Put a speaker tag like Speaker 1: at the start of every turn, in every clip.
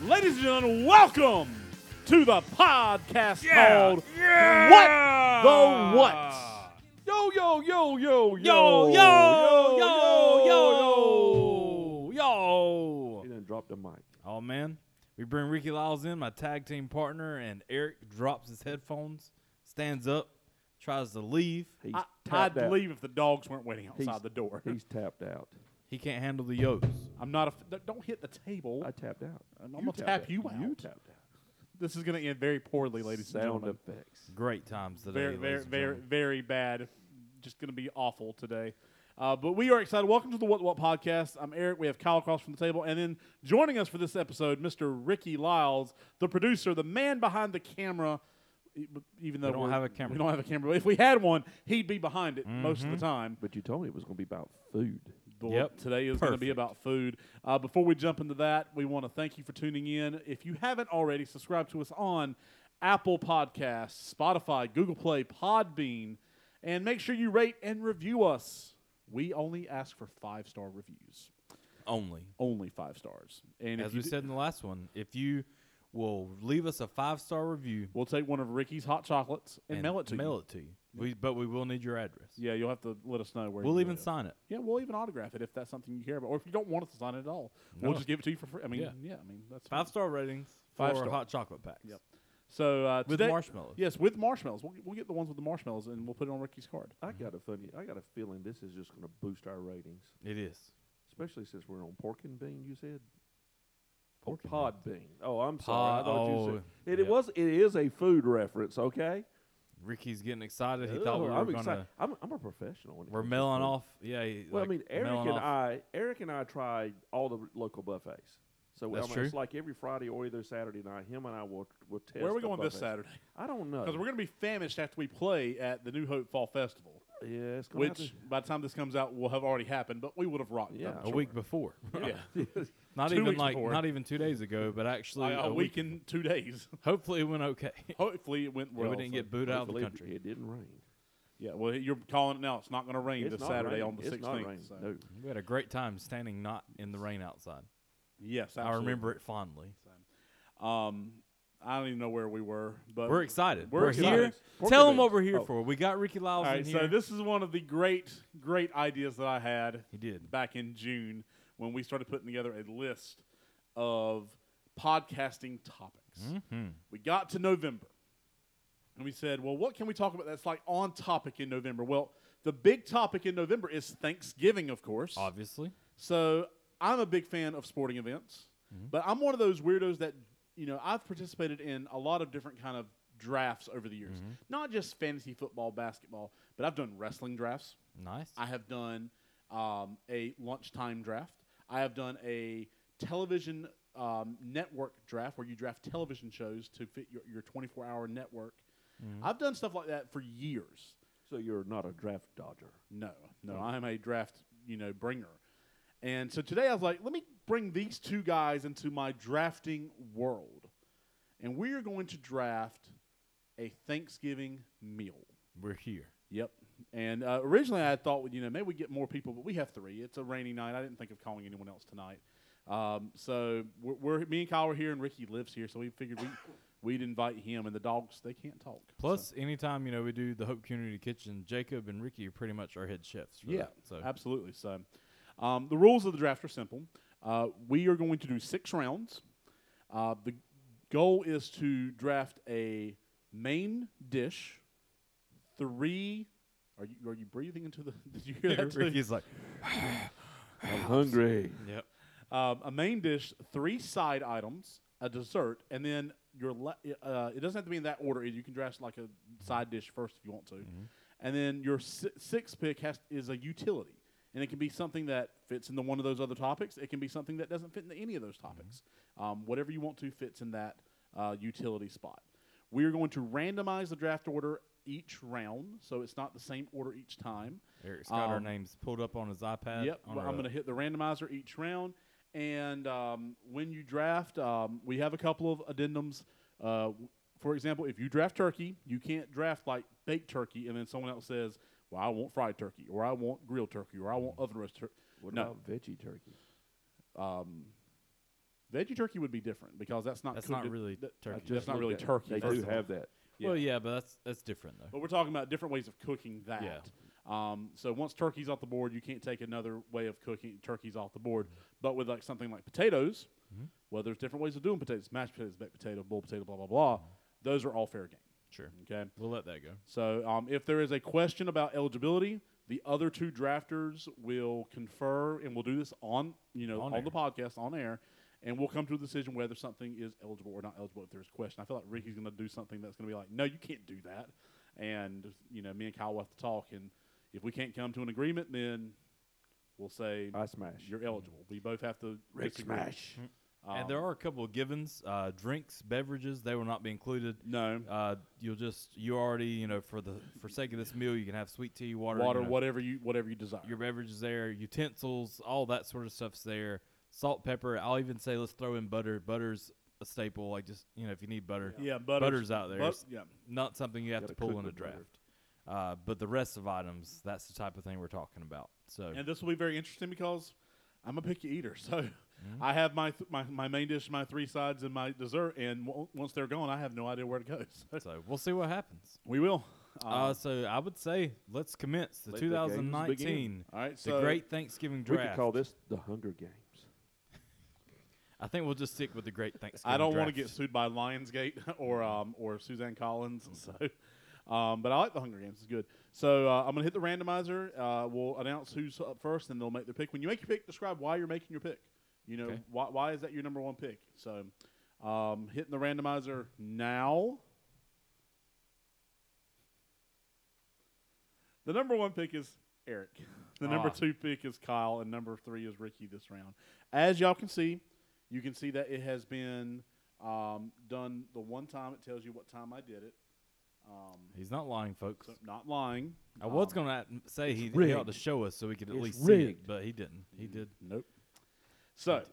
Speaker 1: Ladies and gentlemen, welcome to the podcast called
Speaker 2: Yeah.
Speaker 1: What the What? Yo, yo, yo, yo, yo,
Speaker 2: Yo, yo, yo, yo, yo, yo.
Speaker 1: He done dropped the mic.
Speaker 2: Oh, man. We bring Ricky Lyles in, my tag team partner, and Eric drops his headphones, stands up, tries to leave.
Speaker 1: He's
Speaker 3: I,
Speaker 1: tapped
Speaker 3: I'd
Speaker 1: out.
Speaker 3: leave if the dogs weren't waiting outside
Speaker 1: He's-
Speaker 3: the door.
Speaker 1: He's tapped out.
Speaker 2: He can't handle the yokes.
Speaker 3: I'm not a. F- don't- don't hit the table.
Speaker 1: I tapped out.
Speaker 3: I'm
Speaker 1: You
Speaker 3: gonna
Speaker 1: tapped
Speaker 3: tap
Speaker 1: out.
Speaker 3: you
Speaker 1: You
Speaker 3: out.
Speaker 1: tapped out.
Speaker 3: this is going to end very poorly, ladies
Speaker 1: Sound
Speaker 3: and gentlemen.
Speaker 1: effects.
Speaker 2: Great times today.
Speaker 3: Very, very,
Speaker 2: ladies and
Speaker 3: very,
Speaker 2: gentlemen.
Speaker 3: very bad. Just going to be awful today. Uh, but we are excited. Welcome to the What the What podcast. I'm Eric. We have Kyle across from the table, and then joining us for this episode, Mr. Ricky Lyles, the producer, the man behind the camera. E- b- Even though
Speaker 2: don't
Speaker 3: we're-
Speaker 2: have a camera. Mm-hmm.
Speaker 3: we don't have a camera. But if we had one, he'd be behind it most of the time.
Speaker 1: But you told me it was going to be about food.
Speaker 3: Well,
Speaker 2: Yep.
Speaker 3: Today is going to be
Speaker 2: Perfect.
Speaker 3: about food. Uh, before we jump into that, we want to thank you for tuning in. If you haven't already, subscribe to us on Apple Podcasts, Spotify, Google Play, Podbean, and make sure you rate and review us. We only ask for five star reviews,
Speaker 2: Only.
Speaker 3: only five stars. And if
Speaker 2: As
Speaker 3: you
Speaker 2: we
Speaker 3: do-
Speaker 2: said in the last one, if you will leave us a five star review
Speaker 3: we'll take one of Ricky's hot chocolates and, mail it to you.
Speaker 2: We, but we will need your address.
Speaker 3: Yeah, you'll have to let us know where.
Speaker 2: We'll
Speaker 3: you
Speaker 2: even
Speaker 3: live.
Speaker 2: sign it.
Speaker 3: Yeah, we'll even autograph it if that's something you care about, or if you don't want us to sign it at all, we'll
Speaker 2: No.
Speaker 3: just give it to you for free. I mean, yeah,
Speaker 2: Yeah.
Speaker 3: I mean that's fine.
Speaker 2: Five star ratings
Speaker 3: Five
Speaker 2: for
Speaker 3: star.
Speaker 2: hot chocolate packs.
Speaker 3: Yep. So uh,
Speaker 2: With
Speaker 3: today-
Speaker 2: marshmallows.
Speaker 3: Yes, with marshmallows. We'll, we'll get the ones with the marshmallows and we'll put it on Ricky's card.
Speaker 1: I got a funny. I got a feeling this is just going to boost our ratings,
Speaker 2: It is.
Speaker 1: especially since we're on pork and bean. You said or
Speaker 2: Pork and
Speaker 1: pod bean. Oh, I'm sorry. I
Speaker 2: Pod-
Speaker 1: thought you
Speaker 2: oh,
Speaker 1: said it, it
Speaker 2: yep.
Speaker 1: was. It is a food reference. Okay.
Speaker 2: Ricky's getting excited. He thought we
Speaker 1: Ugh,
Speaker 2: were
Speaker 1: I'm
Speaker 2: going
Speaker 1: excited.
Speaker 2: to.
Speaker 1: I'm, I'm a professional. when it
Speaker 2: We're
Speaker 1: comes to
Speaker 2: mailing
Speaker 1: food.
Speaker 2: off. Yeah. he-
Speaker 1: Well,
Speaker 2: like,
Speaker 1: I mean, Eric
Speaker 2: mailing
Speaker 1: and
Speaker 2: off.
Speaker 1: I, Eric and I tried all the r- local buffets. So
Speaker 2: That's
Speaker 1: I mean, it's
Speaker 2: true.
Speaker 1: like every Friday or either Saturday night, him and I will will test.
Speaker 3: Where are we
Speaker 1: the
Speaker 3: going this
Speaker 1: buffets.
Speaker 3: Saturday?
Speaker 1: I don't know.
Speaker 3: Because we're going to be famished after we play at the New Hope Fall Festival,
Speaker 1: yeah, it's gonna have
Speaker 3: which by the time this comes out will have already happened, but we would have rocked
Speaker 1: Yeah.
Speaker 3: them.
Speaker 2: A week before.
Speaker 3: Yeah.
Speaker 1: to-
Speaker 2: not
Speaker 3: Two
Speaker 2: even
Speaker 3: weeks
Speaker 2: like,
Speaker 3: before.
Speaker 2: not even two days ago, but
Speaker 3: Like,
Speaker 2: actually
Speaker 3: a, week in two days.
Speaker 2: Hopefully it went okay.
Speaker 3: Hopefully it went
Speaker 2: Yeah,
Speaker 3: well.
Speaker 2: we didn't
Speaker 3: so-
Speaker 2: get booed out of the
Speaker 1: Hopefully it-
Speaker 2: country.
Speaker 1: It didn't rain.
Speaker 3: Yeah, well, you're calling it now. It's not going to rain
Speaker 1: It's
Speaker 3: this
Speaker 1: not
Speaker 3: Saturday
Speaker 1: raining.
Speaker 3: on the
Speaker 1: It's
Speaker 3: 16th.
Speaker 1: not raining.
Speaker 3: so-
Speaker 1: No.
Speaker 2: We had a great time standing not in the rain outside.
Speaker 3: Yes,
Speaker 2: I
Speaker 3: absolutely.
Speaker 2: remember it fondly.
Speaker 3: Um, I don't even know where we were, but
Speaker 2: We're excited.
Speaker 3: We're
Speaker 2: We're,
Speaker 3: excited.
Speaker 2: here.
Speaker 1: Pork
Speaker 2: Tell
Speaker 1: and
Speaker 2: them what
Speaker 1: beans.
Speaker 2: we're here
Speaker 1: Oh.
Speaker 2: for. We got Ricky Lyles
Speaker 3: All
Speaker 2: in
Speaker 3: right,
Speaker 2: here.
Speaker 3: so this is one of the great, great ideas that I had.
Speaker 2: he did.
Speaker 3: back in June when we started putting together a list of podcasting topics.
Speaker 2: hmm
Speaker 3: We got to November and we said, well, what can we talk about that's like on topic in November? Well, the big topic in November is Thanksgiving, of course.
Speaker 2: Obviously.
Speaker 3: So I'm a big fan of sporting events, but I'm one of those weirdos that you know I've participated in a lot of different kind of drafts over the years. Not just fantasy football, basketball, but I've done wrestling drafts.
Speaker 2: Nice.
Speaker 3: I have done um, a lunchtime draft. I have done a television um, network draft where you draft television shows to fit your, your 24 hour network. I've done stuff like that for years.
Speaker 1: So you're not a draft dodger.
Speaker 3: No, no, I am a draft, you know, bringer. And so today I was like, let me bring these two guys into my drafting world. And we are going to draft a Thanksgiving meal.
Speaker 2: we're here.
Speaker 3: Yep. And uh, originally I thought, well, you know, maybe we get more people, but we have three. It's a rainy night. I didn't think of calling anyone else tonight. Um, so we're, we're me and Kyle are here, and Ricky lives here, so we figured we we'd invite him. And the dogs they can't talk. so-
Speaker 2: Plus, anytime you know we do the Hope Community Kitchen, Jacob and Ricky are pretty much our head chefs. For
Speaker 3: yeah,
Speaker 2: that, so
Speaker 3: absolutely. So um, the rules of the draft are simple. Uh, we are going to do six rounds. Uh, the goal is to draft a main dish, three. Are you, are you breathing into the? Did you hear that? too?
Speaker 2: Ricky's like,
Speaker 1: I'm hungry.
Speaker 2: yep.
Speaker 3: um, a main dish, three side items, a dessert, and then your la- uh, it doesn't have to be in that order. You can draft like a side dish first if you want to, and then your si- sixth pick has is a utility, and it can be something that fits into one of those other topics. It can be something that doesn't fit into any of those topics. Um, whatever you want to fits in that uh, utility spot. We are going to randomize the draft order each round, so it's not the same order each time.
Speaker 2: Eric's got our
Speaker 3: Um,
Speaker 2: names pulled up on his iPad.
Speaker 3: Yep,
Speaker 2: on
Speaker 3: well,
Speaker 2: our-
Speaker 3: I'm going to hit the randomizer each round. And um, when you draft, um, we have a couple of addendums. Uh, w- for example, if you draft turkey, you can't draft like baked turkey, and then someone else says, "Well, I want fried turkey, or I want Mm-hmm. grilled turkey, or I want oven roast turkey."
Speaker 1: What
Speaker 3: No.
Speaker 1: about veggie turkey?
Speaker 3: Um, Veggie turkey would be different because that's not
Speaker 2: That's
Speaker 3: cooked
Speaker 2: not
Speaker 3: in-
Speaker 2: really
Speaker 3: that-
Speaker 2: turkey.
Speaker 3: That's not really
Speaker 4: They-
Speaker 3: turkey.
Speaker 4: They
Speaker 3: first
Speaker 4: do
Speaker 3: of all.
Speaker 4: have that.
Speaker 3: Yeah.
Speaker 2: Well, yeah, but that's that's different though.
Speaker 3: But we're talking about different ways of cooking that. Um, so once turkey's off the board, you can't take another way of cooking turkeys off the board. But with like something like potatoes, well, there's different ways of doing potatoes: mashed potatoes, baked potato, boiled potato, blah blah blah. Those are all fair game.
Speaker 2: Sure,
Speaker 3: Okay.
Speaker 2: we'll let that go.
Speaker 3: So um, if there is a question about eligibility, the other two drafters will confer, and we'll do this on you know
Speaker 2: On
Speaker 3: on, the podcast on air, and we'll come to a decision whether something is eligible or not eligible. If there's a question, I feel like Ricky's going to do something that's going to be like, no, you can't do that, and you know me and Kyle will have to talk, and if we can't come to an agreement, then we'll say
Speaker 4: I smash.
Speaker 3: you're Mm-hmm. eligible. We both have to
Speaker 4: Rick
Speaker 3: disagree.
Speaker 4: smash.
Speaker 2: and there are a couple of givens, uh, drinks, beverages. They will not be included.
Speaker 3: No.
Speaker 2: Uh, you'll just you already you know for the for sake of this meal, you can have sweet tea, water, you
Speaker 3: Water,
Speaker 2: know,
Speaker 3: whatever you whatever you desire.
Speaker 2: Your beverages there, utensils, all that sort of stuff's there. Salt, pepper. I'll even say let's throw in butter. Butter's a staple. Like just you know if you need butter,
Speaker 3: yeah,
Speaker 2: butter's out there.
Speaker 3: But,
Speaker 2: It's
Speaker 3: yeah,
Speaker 2: Not something you have
Speaker 4: Gotta
Speaker 2: to pull
Speaker 4: cook
Speaker 2: in a
Speaker 4: with butter.
Speaker 2: draft. Uh, but the rest of items, that's the type of thing we're talking about. So
Speaker 3: And this will be very interesting because I'm a picky eater. So
Speaker 2: Mm-hmm.
Speaker 3: I have my, th- my my main dish, my three sides, and my dessert. And w- once they're gone, I have no idea where to go. So
Speaker 2: so we'll see what happens.
Speaker 3: we will. Um,
Speaker 2: Uh, so I would say let's commence the
Speaker 4: Let the games
Speaker 2: 2019
Speaker 4: begin.
Speaker 3: all right.
Speaker 2: the
Speaker 3: So
Speaker 2: Great Thanksgiving
Speaker 4: We
Speaker 2: Draft.
Speaker 4: could call this the Hunger Games.
Speaker 2: I think we'll just stick with the Great Thanksgiving.
Speaker 3: I don't
Speaker 2: want
Speaker 3: want to get sued by Lionsgate or
Speaker 2: Mm-hmm.
Speaker 3: um, or Suzanne Collins. So, um, but I like the Hunger Games. It's good. So uh, I'm gonna hit the randomizer. Uh, we'll announce who's up first, and they'll make their pick. When you make your pick, describe why you're making your pick. You know
Speaker 2: Okay.
Speaker 3: why why is that your number one pick? So, um, hitting the randomizer now. The number one pick is Eric. The number
Speaker 2: Ah.
Speaker 3: two pick is Kyle, and number three is Ricky this round. As y'all can see, you can see that it has been um, done the one time. It tells you what time I did it. Um,
Speaker 2: He's not lying, folks.
Speaker 3: so not lying.
Speaker 2: I was
Speaker 3: Um,
Speaker 2: gonna say he, he ought
Speaker 4: rigged.
Speaker 2: to show us so we could at
Speaker 4: It's
Speaker 2: least see it,
Speaker 4: rigged.
Speaker 2: but he didn't. He did.
Speaker 3: Nope. So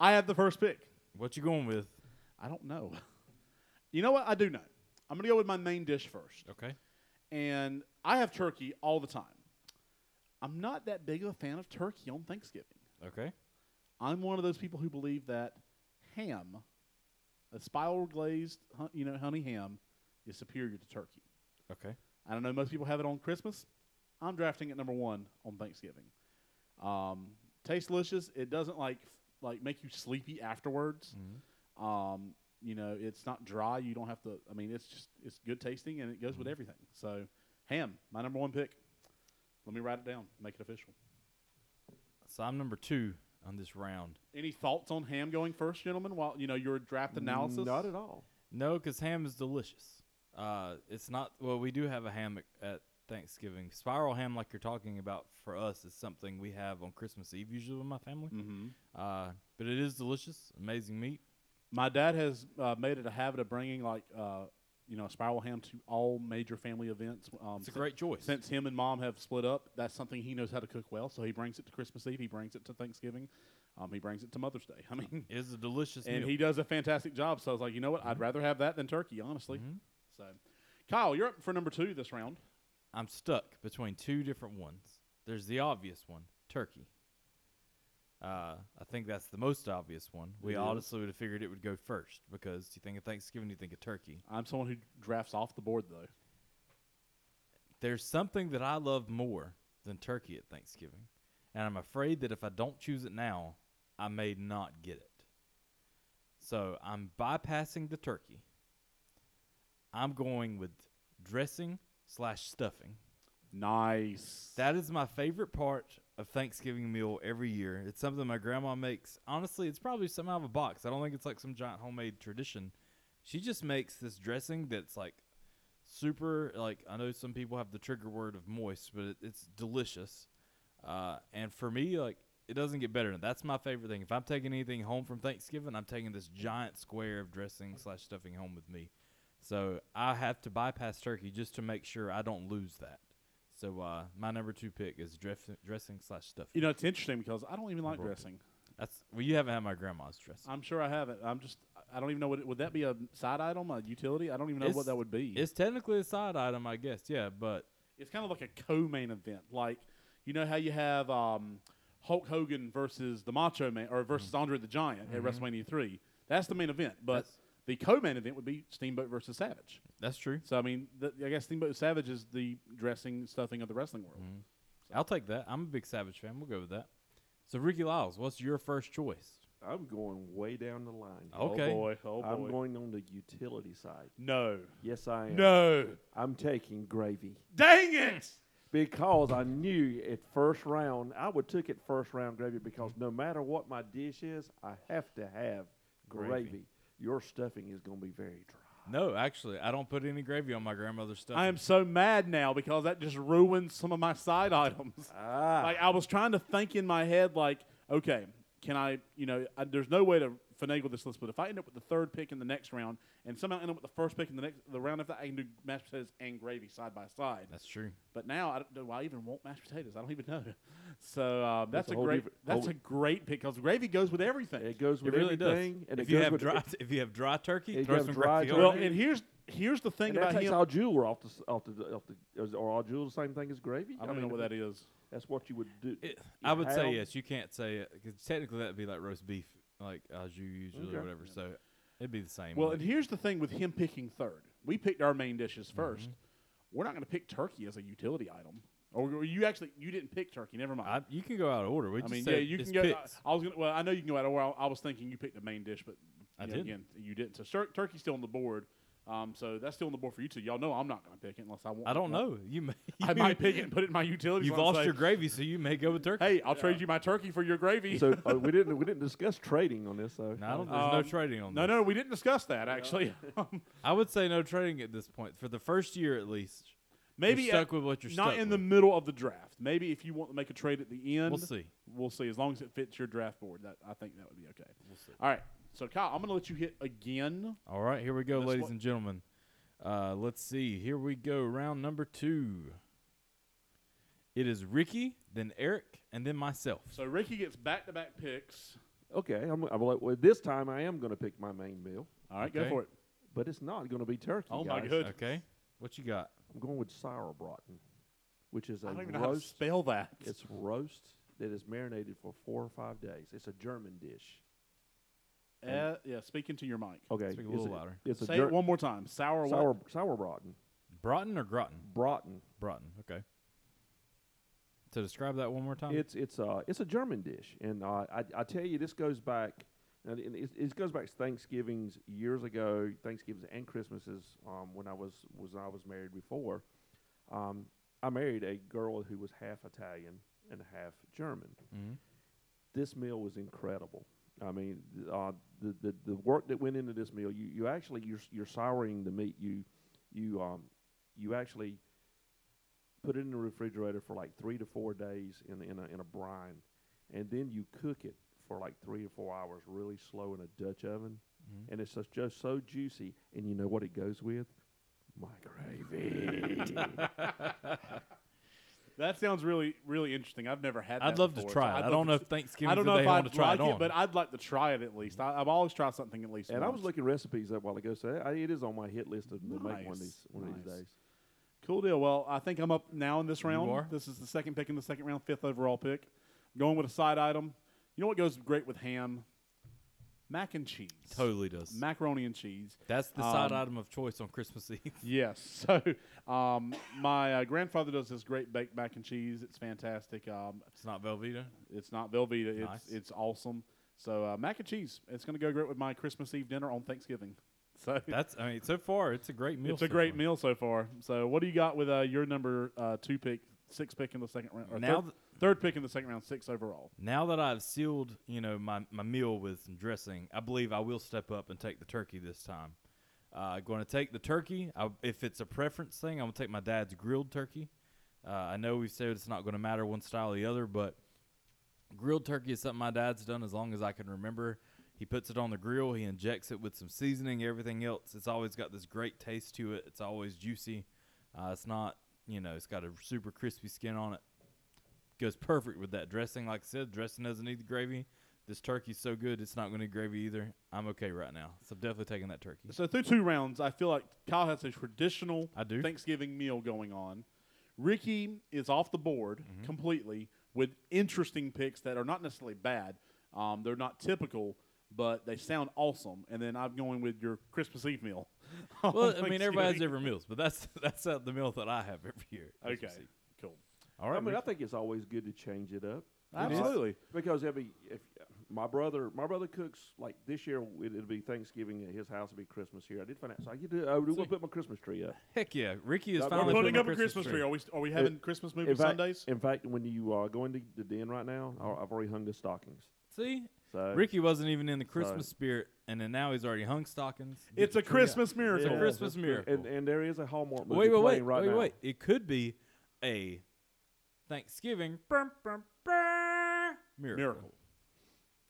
Speaker 3: I have the first pick.
Speaker 2: What you going with?
Speaker 3: I don't know. You know what? I do know. I'm gonna go with my main dish first.
Speaker 2: Okay.
Speaker 3: and I have turkey all the time. I'm not that big of a fan of turkey on Thanksgiving.
Speaker 2: Okay.
Speaker 3: I'm one of those people who believe that ham, a spiral glazed, hu- you know, honey ham, is superior to turkey.
Speaker 2: Okay.
Speaker 3: I don't know. Most people have it on Christmas. I'm drafting at number one on Thanksgiving. Um, tastes delicious. It doesn't like f- like make you sleepy afterwards. Um, you know, it's not dry. You don't have to. I mean, it's just it's good tasting and it goes with everything. So, ham, my number one pick. Let me write it down. Make it official.
Speaker 2: So I'm number two on this round.
Speaker 3: Any thoughts on ham going first, gentlemen? While you know your draft analysis.
Speaker 4: Not at all.
Speaker 2: No, because ham is delicious. Uh, it's not. Well, we do have a ham at- at Thanksgiving. Spiral ham, like you're talking about, for us is something we have on Christmas Eve usually with my family.
Speaker 3: Mm-hmm.
Speaker 2: Uh, but it is delicious. Amazing meat.
Speaker 3: My dad has uh, made it a habit of bringing like uh, you know spiral ham to all major family events. Um,
Speaker 2: It's a
Speaker 3: si-
Speaker 2: great choice.
Speaker 3: Since him and mom have split up, that's something he knows how to cook well. So he brings it to Christmas Eve. He brings it to Thanksgiving. Um, he brings it to Mother's Day. I mean,
Speaker 2: It is a delicious
Speaker 3: and
Speaker 2: meal.
Speaker 3: he does a fantastic job. So I was like, you know what?
Speaker 2: Mm-hmm.
Speaker 3: I'd rather have that than turkey, honestly. So, Kyle, you're up for number two this round.
Speaker 2: I'm stuck between two different ones. There's the obvious one, turkey. Uh, I think that's the most obvious one. We
Speaker 3: It
Speaker 2: honestly would have figured it would go first because you think of Thanksgiving, you think of turkey.
Speaker 3: I'm someone who drafts off the board, though.
Speaker 2: There's something that I love more than turkey at Thanksgiving, and I'm afraid that if I don't choose it now, I may not get it. So I'm bypassing the turkey. I'm going with dressing slash stuffing.
Speaker 3: Nice.
Speaker 2: That is my favorite part of Thanksgiving meal every year. It's something my grandma makes. Honestly, it's probably something out of a box. I don't think it's like some giant homemade tradition. She just makes this dressing that's like super like I know some people have the trigger word of moist, but it, it's delicious. Uh, and for me, like it doesn't get better. than That's my favorite thing. If I'm taking anything home from Thanksgiving, I'm taking this giant square of dressing slash stuffing home with me. So I have to bypass turkey just to make sure I don't lose that. So uh, my number two pick is dress- dressing slash stuffing.
Speaker 3: you know, it's interesting because I don't even like
Speaker 2: Number one.
Speaker 3: dressing.
Speaker 2: That's well, you haven't had my grandma's dressing.
Speaker 3: I'm sure I have it. I'm just, I don't even know what it, would that be a side item, a utility? I don't even know
Speaker 2: It's-
Speaker 3: what that would be.
Speaker 2: It's technically a side item, I guess. Yeah, but
Speaker 3: it's kind of like a co-main event. Like you know how you have um, Hulk Hogan versus the Macho Man or versus Andre the Giant at WrestleMania three. That's the main event, but
Speaker 2: That's-
Speaker 3: the co-main event would be Steamboat versus Savage.
Speaker 2: That's true.
Speaker 3: So I mean, the, I guess Steamboat Savage is the dressing stuffing of the wrestling world.
Speaker 2: Mm-hmm. I'll take that. I'm a big Savage fan. We'll go with that. So Ricky Lyles, what's your first choice?
Speaker 4: I'm going way down the line.
Speaker 2: Oh, Okay.
Speaker 3: Oh boy, oh boy.
Speaker 4: I'm going on the utility side.
Speaker 3: no,
Speaker 4: Yes, I am.
Speaker 3: no,
Speaker 4: I'm taking gravy
Speaker 3: dang it!
Speaker 4: because I knew at first round I would took it first round gravy because no matter what my dish is, I have to have gravy. Your stuffing is going to be very dry.
Speaker 2: No, actually, I don't put any gravy on my grandmother's stuff.
Speaker 3: I am so mad now because that just ruined some of my side items.
Speaker 4: Ah,
Speaker 3: like I was trying to think in my head, like, okay, can I, you know, I, there's no way to finagle this list, but if I end up with the third pick in the next round and somehow end up with the first pick in the next the round after, that, I can do mashed potatoes and gravy side by side.
Speaker 2: That's true.
Speaker 3: But now I don't know why I even want mashed potatoes. I don't even know. So um, that's,
Speaker 4: That's a
Speaker 3: a
Speaker 4: whole
Speaker 3: great
Speaker 4: different-
Speaker 3: that's
Speaker 4: whole-
Speaker 3: a great pick because gravy goes with everything.
Speaker 4: it goes with
Speaker 2: it really
Speaker 4: everything,
Speaker 2: does.
Speaker 4: and
Speaker 2: if
Speaker 4: it
Speaker 2: you
Speaker 4: goes
Speaker 2: have
Speaker 4: with
Speaker 2: dry, if you have dry turkey,
Speaker 4: If
Speaker 2: throw
Speaker 4: you have
Speaker 2: some
Speaker 4: dry
Speaker 2: gravy
Speaker 3: well,
Speaker 2: on it.
Speaker 3: and here's here's the thing
Speaker 4: And that
Speaker 3: about
Speaker 4: takes
Speaker 3: him.
Speaker 4: all jewel off the s- off the off the is, are all jewel the same thing as gravy?
Speaker 3: I don't even know what that is.
Speaker 4: That's what you would do.
Speaker 2: It- I would say
Speaker 4: How?
Speaker 2: yes. You can't say it because technically that'd be like roast beef, like as you usually or
Speaker 4: Okay.
Speaker 2: whatever. So it'd be the same.
Speaker 3: Well,
Speaker 2: like-
Speaker 3: and here's the thing with him picking third. We picked our main
Speaker 2: Mm-hmm.
Speaker 3: dishes 1st we We're not going to pick turkey as a utility item. Or or you actually you didn't pick turkey. Never mind.
Speaker 2: I, you can go out of order. We
Speaker 3: I
Speaker 2: just
Speaker 3: mean, yeah,
Speaker 2: said
Speaker 3: you
Speaker 2: it's
Speaker 3: can go. I,
Speaker 2: picks.
Speaker 3: I was gonna. Well, I know you can go out of order. I, I was thinking you picked the main dish, but
Speaker 2: I
Speaker 3: you know,
Speaker 2: didn't.
Speaker 3: Again, you didn't. So tur- turkey's still on the board. Um, so that's still on the board for you two. Y'all know I'm not going to pick it unless I want.
Speaker 2: I don't know. You may.
Speaker 3: I might pick it and put it in my utility.
Speaker 2: You've lost your gravy, so you may go with turkey.
Speaker 3: Hey, I'll trade you my turkey for your gravy.
Speaker 4: so uh, we didn't we didn't discuss trading on this. So
Speaker 2: No, I don't, there's no
Speaker 3: Um,
Speaker 2: trading on
Speaker 3: no,
Speaker 2: this.
Speaker 3: no, we didn't discuss that actually.
Speaker 2: I would say no trading at this point for the first year at least.
Speaker 3: Maybe
Speaker 2: you're stuck
Speaker 3: at-
Speaker 2: with what you're
Speaker 3: not
Speaker 2: stuck
Speaker 3: in the
Speaker 2: with.
Speaker 3: middle of the draft. Maybe if you want to make a trade at the end,
Speaker 2: We'll see.
Speaker 3: We'll see. As long as it fits your draft board, that I think that would be okay. We'll
Speaker 2: see.
Speaker 3: All right. So Kyle, I'm going to let you hit again.
Speaker 2: All right, here we go,
Speaker 3: That's
Speaker 2: ladies
Speaker 3: what-
Speaker 2: and gentlemen. Uh, let's see. Here we go. Round number two. It is Ricky, then Eric, and then myself.
Speaker 3: So Ricky gets back-to-back picks.
Speaker 4: okay, I'm, I'm like, well, this time I am going to pick my main meal,
Speaker 3: All right,
Speaker 2: Okay.
Speaker 3: go for it.
Speaker 4: but it's not going to be turkey.
Speaker 3: Oh my
Speaker 4: guys.
Speaker 3: good.
Speaker 2: Okay, what you got?
Speaker 4: I'm going with sauerbraten, which is a
Speaker 3: I don't even know how to
Speaker 4: roast.
Speaker 3: spell that.
Speaker 4: It's roast that is marinated for four or five days. It's a German dish.
Speaker 3: uh, yeah, speaking to your mic.
Speaker 4: Okay,
Speaker 2: Speak a
Speaker 4: it's
Speaker 2: little louder.
Speaker 4: Oh, It's a
Speaker 3: Say
Speaker 4: Ger-
Speaker 3: it one more time. Sour, what?
Speaker 4: sour sauerbraten,
Speaker 2: Broughton or Groton?
Speaker 4: braten.
Speaker 2: Broughton. Okay. So describe that one more
Speaker 3: Um.
Speaker 2: time.
Speaker 4: It's it's uh it's a German dish, and uh, I I tell you this goes back, and it, it- it goes back to Thanksgivings years ago, Thanksgivings and Christmases. Um, when I was was I was married before, um, I married a girl who was half Italian and half German.
Speaker 2: Mhm.
Speaker 4: This meal was incredible. I mean, th- uh, the, the the work that went into this meal. You you actually you're s- you're souring the meat. You you um you actually put it in the refrigerator for like three to four days in in a, in a brine, and then you cook it for like three or four hours, really slow in a Dutch oven,
Speaker 3: Mm-hmm.
Speaker 2: Mhm.
Speaker 4: and it's just, just so juicy. And you know what it goes with? My gravy.
Speaker 3: That sounds really, really interesting. I've never had.
Speaker 2: I'd
Speaker 3: that
Speaker 2: love
Speaker 3: before,
Speaker 2: to
Speaker 3: so
Speaker 2: try
Speaker 3: I'd
Speaker 2: it. I
Speaker 3: love
Speaker 2: don't
Speaker 3: to
Speaker 2: know if
Speaker 3: s-
Speaker 2: Thanksgiving
Speaker 3: I don't know
Speaker 2: today
Speaker 3: if
Speaker 2: I
Speaker 3: I'd
Speaker 2: want to try
Speaker 3: like
Speaker 2: it on.
Speaker 3: but I'd like to try it at least. I, I've always tried something at least.
Speaker 4: and I was
Speaker 3: once.
Speaker 4: looking recipes up while ago, so I, it is on my hit list of to make one
Speaker 3: Nice,
Speaker 4: of these one of these
Speaker 3: nice.
Speaker 4: days.
Speaker 3: Cool deal. Well, I think I'm up now in this round.
Speaker 2: are?
Speaker 3: This is the second pick in the second round, fifth overall pick. Going with a side item. You know what goes great with ham? Mac and cheese.
Speaker 2: totally does.
Speaker 3: Macaroni and cheese.
Speaker 2: That's the side
Speaker 3: Um,
Speaker 2: item of choice on Christmas Eve.
Speaker 3: Yes. So, um, my uh, grandfather does this great baked mac and cheese. It's fantastic. Um,
Speaker 2: it's not Velveeta.
Speaker 3: it's not Velveeta. It's
Speaker 2: Nice.
Speaker 3: it's awesome. So uh, mac and cheese. It's going to go great with my Christmas Eve dinner on Thanksgiving. So
Speaker 2: That's I mean, so far it's a great meal.
Speaker 3: it's a
Speaker 2: so
Speaker 3: great
Speaker 2: far.
Speaker 3: meal so far. So what do you got with uh, your number uh, two pick, six pick in the second round? Or
Speaker 2: Now
Speaker 3: third,
Speaker 2: th-
Speaker 3: third pick in the second round, six overall.
Speaker 2: Now that I've sealed, you know, my, my meal with some dressing, I believe I will step up and take the turkey this time. Uh, going to take the turkey. I, if it's a preference thing, I'm going to take my dad's grilled turkey. Uh, I know we've said it's not going to matter one style or the other, but grilled turkey is something my dad's done as long as I can remember. He puts it on the grill, he injects it with some seasoning, everything else. It's always got this great taste to it. It's always juicy. Uh, it's not, you know, it's got a super crispy skin on it goes perfect with that dressing. Like I said, dressing doesn't need the gravy. This turkey's so good, it's not going to need gravy either. I'm okay right now, so I'm definitely taking that turkey.
Speaker 3: So through two rounds, I feel like Kyle has a traditional
Speaker 2: I do. Mm-hmm.
Speaker 3: Thanksgiving meal going on. Ricky is off the board completely. with interesting picks that are not necessarily bad. Um, they're not typical, but they sound awesome. And then I'm going with your Christmas Eve meal. on
Speaker 2: Well, I mean,
Speaker 3: Thanksgiving.
Speaker 2: everybody has different meals, but that's that's uh, the meal that I have every year.
Speaker 3: Okay, cool.
Speaker 2: All right.
Speaker 4: I mean, I
Speaker 2: Rick.
Speaker 4: think it's always good to change it up.
Speaker 3: Absolutely.
Speaker 4: because it'll be if my brother my brother cooks like this year it, it'll be Thanksgiving at his house. It'll be Christmas here. I did find out, so I get to I do want to put my Christmas tree up.
Speaker 2: Heck yeah, Ricky is
Speaker 4: We're
Speaker 2: finally
Speaker 3: We're putting
Speaker 2: my
Speaker 3: up a Christmas tree. Are we are we having Christmas movie
Speaker 4: in fact,
Speaker 3: Sundays?
Speaker 4: In fact, when you uh, go into the den right now, I- I've already hung the stockings.
Speaker 2: See,
Speaker 4: So
Speaker 2: Ricky wasn't even in the Christmas spirit, and then now he's already hung stockings.
Speaker 3: It's a Christmas
Speaker 4: Yeah,
Speaker 3: miracle.
Speaker 2: a
Speaker 4: that's
Speaker 2: Christmas
Speaker 4: good.
Speaker 2: miracle.
Speaker 4: and, and there is a Hallmark movie
Speaker 2: wait, wait, wait,
Speaker 4: playing right
Speaker 2: wait,
Speaker 4: now.
Speaker 2: wait. It could be a Thanksgiving brum, brum, brum, miracle.
Speaker 3: Miracle.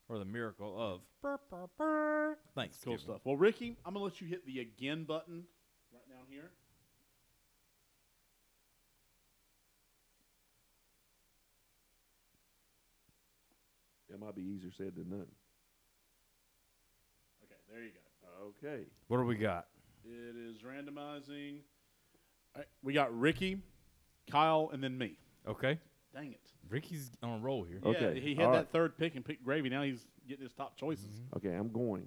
Speaker 2: or the miracle of brum, brum, brum,
Speaker 3: Cool
Speaker 2: Thanksgiving.
Speaker 3: stuff. Well, Ricky, I'm gonna let you hit the again button right down here.
Speaker 4: That might be easier said than done.
Speaker 3: Okay, there you go.
Speaker 4: Okay,
Speaker 2: What do we got?
Speaker 3: It is randomizing. All right, we got Ricky, Kyle, and then me.
Speaker 2: Okay,
Speaker 3: Dang it.
Speaker 2: Ricky's on a roll here.
Speaker 4: Okay,
Speaker 3: Yeah, he had
Speaker 4: all
Speaker 3: that
Speaker 4: right. Mm-hmm.
Speaker 3: third pick and picked gravy. Now he's getting his top choices.
Speaker 4: okay, I'm going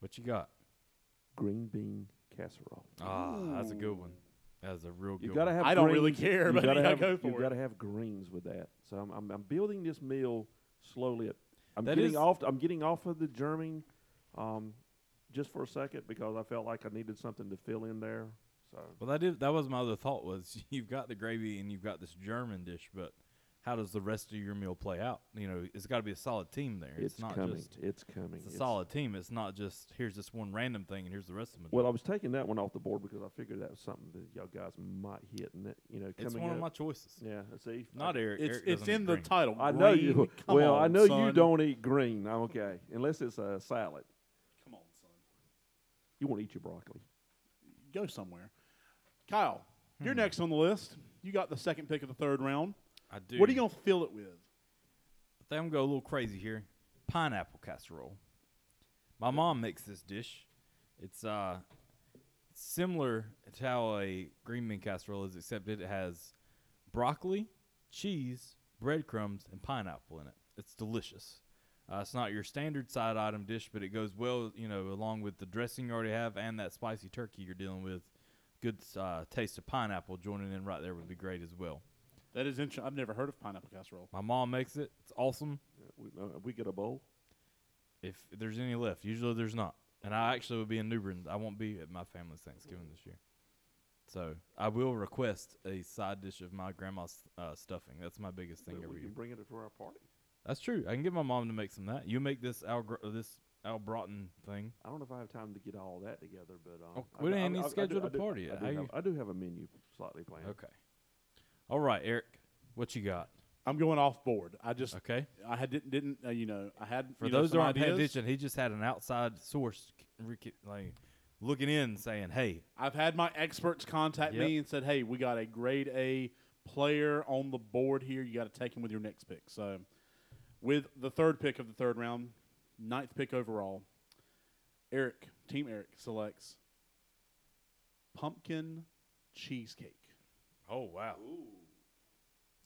Speaker 2: What you got?
Speaker 4: green bean casserole.
Speaker 2: Ah, that's a good one. That's a real good
Speaker 4: You gotta
Speaker 2: one.
Speaker 4: have.
Speaker 3: I don't really
Speaker 4: greens.
Speaker 3: care,
Speaker 4: You
Speaker 3: but
Speaker 4: gotta
Speaker 3: yeah,
Speaker 4: have,
Speaker 3: go for
Speaker 4: you
Speaker 3: it.
Speaker 4: gotta have greens with that. So I'm, I'm, I'm building this meal slowly. Up. I'm
Speaker 2: That
Speaker 4: getting
Speaker 2: is-
Speaker 4: off. I'm getting off of the germing, um, just for a second because I felt like I needed something to fill in there. So
Speaker 2: well, that is that was my other thought was you've got the gravy and you've got this German dish, but how does the rest of your meal play out? You know, it's got to be a solid team there.
Speaker 4: it's,
Speaker 2: not
Speaker 4: coming.
Speaker 2: just
Speaker 4: it's coming.
Speaker 2: it's a solid team. It's not just here's this one random thing and here's the rest of them.
Speaker 4: Well, I was taking that one off the board because I figured that was something that y'all guys might hit, and that you know coming
Speaker 2: it's one of
Speaker 4: up.
Speaker 2: my choices.
Speaker 4: yeah, see,
Speaker 2: Not Eric.
Speaker 3: It's
Speaker 2: Eric
Speaker 3: it's
Speaker 2: doesn't
Speaker 3: in the
Speaker 2: agree.
Speaker 3: title.
Speaker 4: I know
Speaker 3: Green.
Speaker 4: you.
Speaker 3: Come
Speaker 4: well, I
Speaker 3: on,
Speaker 4: know you
Speaker 3: son.
Speaker 4: don't eat green. I'm okay, unless it's a salad.
Speaker 3: Come on, son.
Speaker 4: You want to eat your broccoli.
Speaker 3: Go somewhere. Kyle,
Speaker 2: Hmm.
Speaker 3: you're next on the list. You got the second pick of the third round.
Speaker 2: I do.
Speaker 3: What are you gonna fill it with?
Speaker 2: I think I'm gonna go a little crazy here. Pineapple casserole. My mom makes this dish. It's uh similar to how a green bean casserole is, except it has broccoli, cheese, breadcrumbs, and pineapple in it. It's delicious. Uh, it's not your standard side item dish, but it goes well, you know, along with the dressing you already have and that spicy turkey you're dealing with. Good uh, taste of pineapple joining in right there would be great as well.
Speaker 3: That is interesting. I've never heard of pineapple casserole.
Speaker 2: My mom makes it. It's awesome.
Speaker 4: We, uh, we get a bowl.
Speaker 2: if there's any left. Usually there's not. And I actually will be in Newbern. I won't be at my family's Thanksgiving this year. So I will request a side dish of my grandma's uh, stuffing. That's my biggest thing
Speaker 4: that
Speaker 2: every
Speaker 4: we
Speaker 2: year.
Speaker 4: can bring it for our party.
Speaker 2: That's true. I can get my mom to make some of that. You make this Al Gr- uh, this Al Broughton thing.
Speaker 4: I don't know if I have time to get all that together, but um,
Speaker 2: Oh,
Speaker 4: I
Speaker 2: we
Speaker 4: do-
Speaker 2: didn't
Speaker 4: I-
Speaker 2: even
Speaker 4: I- I do-
Speaker 2: schedule the
Speaker 4: I do-
Speaker 2: party
Speaker 4: I do,
Speaker 2: yet. How
Speaker 4: have,
Speaker 2: you-
Speaker 4: I do have a menu slightly planned.
Speaker 2: Okay. All right, Eric. What you got?
Speaker 3: I'm going off board. I just
Speaker 2: Okay.
Speaker 3: I had didn't didn't uh, you know I had
Speaker 2: For
Speaker 3: you know,
Speaker 2: those
Speaker 3: some
Speaker 2: who aren't paying
Speaker 3: ideas.
Speaker 2: attention, he just had an outside source c- rec- like looking in saying, "Hey,
Speaker 3: I've had my experts contact me
Speaker 2: Yep.
Speaker 3: and said, "Hey, we got a grade A player on the board here. You got to take him with your next pick." So, with the third pick of the third round, ninth pick overall, Eric Team Eric selects pumpkin cheesecake.
Speaker 2: Oh wow!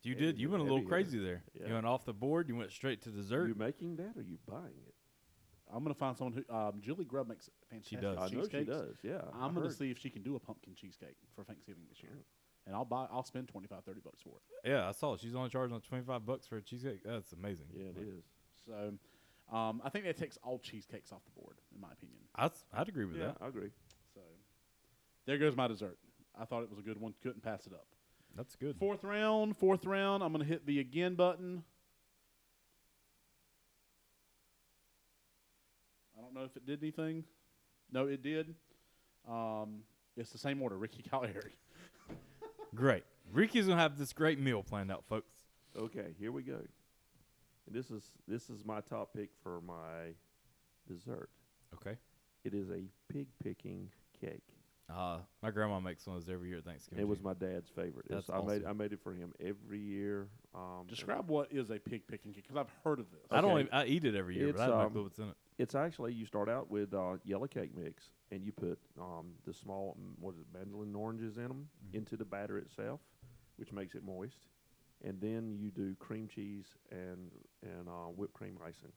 Speaker 2: You
Speaker 4: Heavy
Speaker 2: did. You went a
Speaker 4: hitter,
Speaker 2: little
Speaker 4: heavy
Speaker 2: crazy there.
Speaker 4: Yeah.
Speaker 2: You went off the board. You went straight to
Speaker 4: Are
Speaker 2: dessert.
Speaker 4: you making that or are you buying it?
Speaker 3: I'm gonna find someone who um, Julie Grubb makes fantastic
Speaker 2: does.
Speaker 4: I know
Speaker 3: cheesecakes.
Speaker 4: she does. Yeah,
Speaker 3: I'm gonna
Speaker 4: going
Speaker 3: see if she can do a pumpkin cheesecake for Thanksgiving this year, and I'll buy. I'll spend 25, 30 bucks for it.
Speaker 2: yeah, I saw it. She's only charging twenty five bucks for a cheesecake. That's amazing.
Speaker 4: Yeah, it is.
Speaker 3: So, um, I think that takes all cheesecakes off the board, in my opinion.
Speaker 2: I'd, I'd agree with
Speaker 4: Yeah,
Speaker 2: that.
Speaker 4: I agree.
Speaker 3: So there goes my dessert. I thought it was a good one. Couldn't pass it up.
Speaker 2: That's good.
Speaker 3: Fourth round, fourth round. I'm going to hit the again button. I don't know if it did anything. No, it did. Um, it's the same order Ricky Calieri.
Speaker 2: Great. Ricky's gonna have this great meal planned out, folks.
Speaker 4: Okay, here we go. And this is this is my top pick for my dessert.
Speaker 2: Okay.
Speaker 4: It is a pig picking cake.
Speaker 2: Uh, my grandma makes one of those every year at Thanksgiving.
Speaker 4: It was
Speaker 2: too.
Speaker 4: my dad's favorite. It's-
Speaker 2: That's
Speaker 4: I made
Speaker 2: awesome.
Speaker 4: I made it for him every year. Um,
Speaker 3: Describe what is a pig picking cake because I've heard of this.
Speaker 2: I don't.
Speaker 4: okay.
Speaker 2: Even, I eat it every year,
Speaker 4: It's,
Speaker 2: but I don't
Speaker 4: um,
Speaker 2: know what's in it.
Speaker 4: It's actually you start out with uh, yellow cake mix, and you put um, the
Speaker 3: Mm-hmm.
Speaker 4: small mm, what is it, mandolin oranges in them into the batter itself, which makes it moist, and then you do cream cheese and and uh, whipped cream icing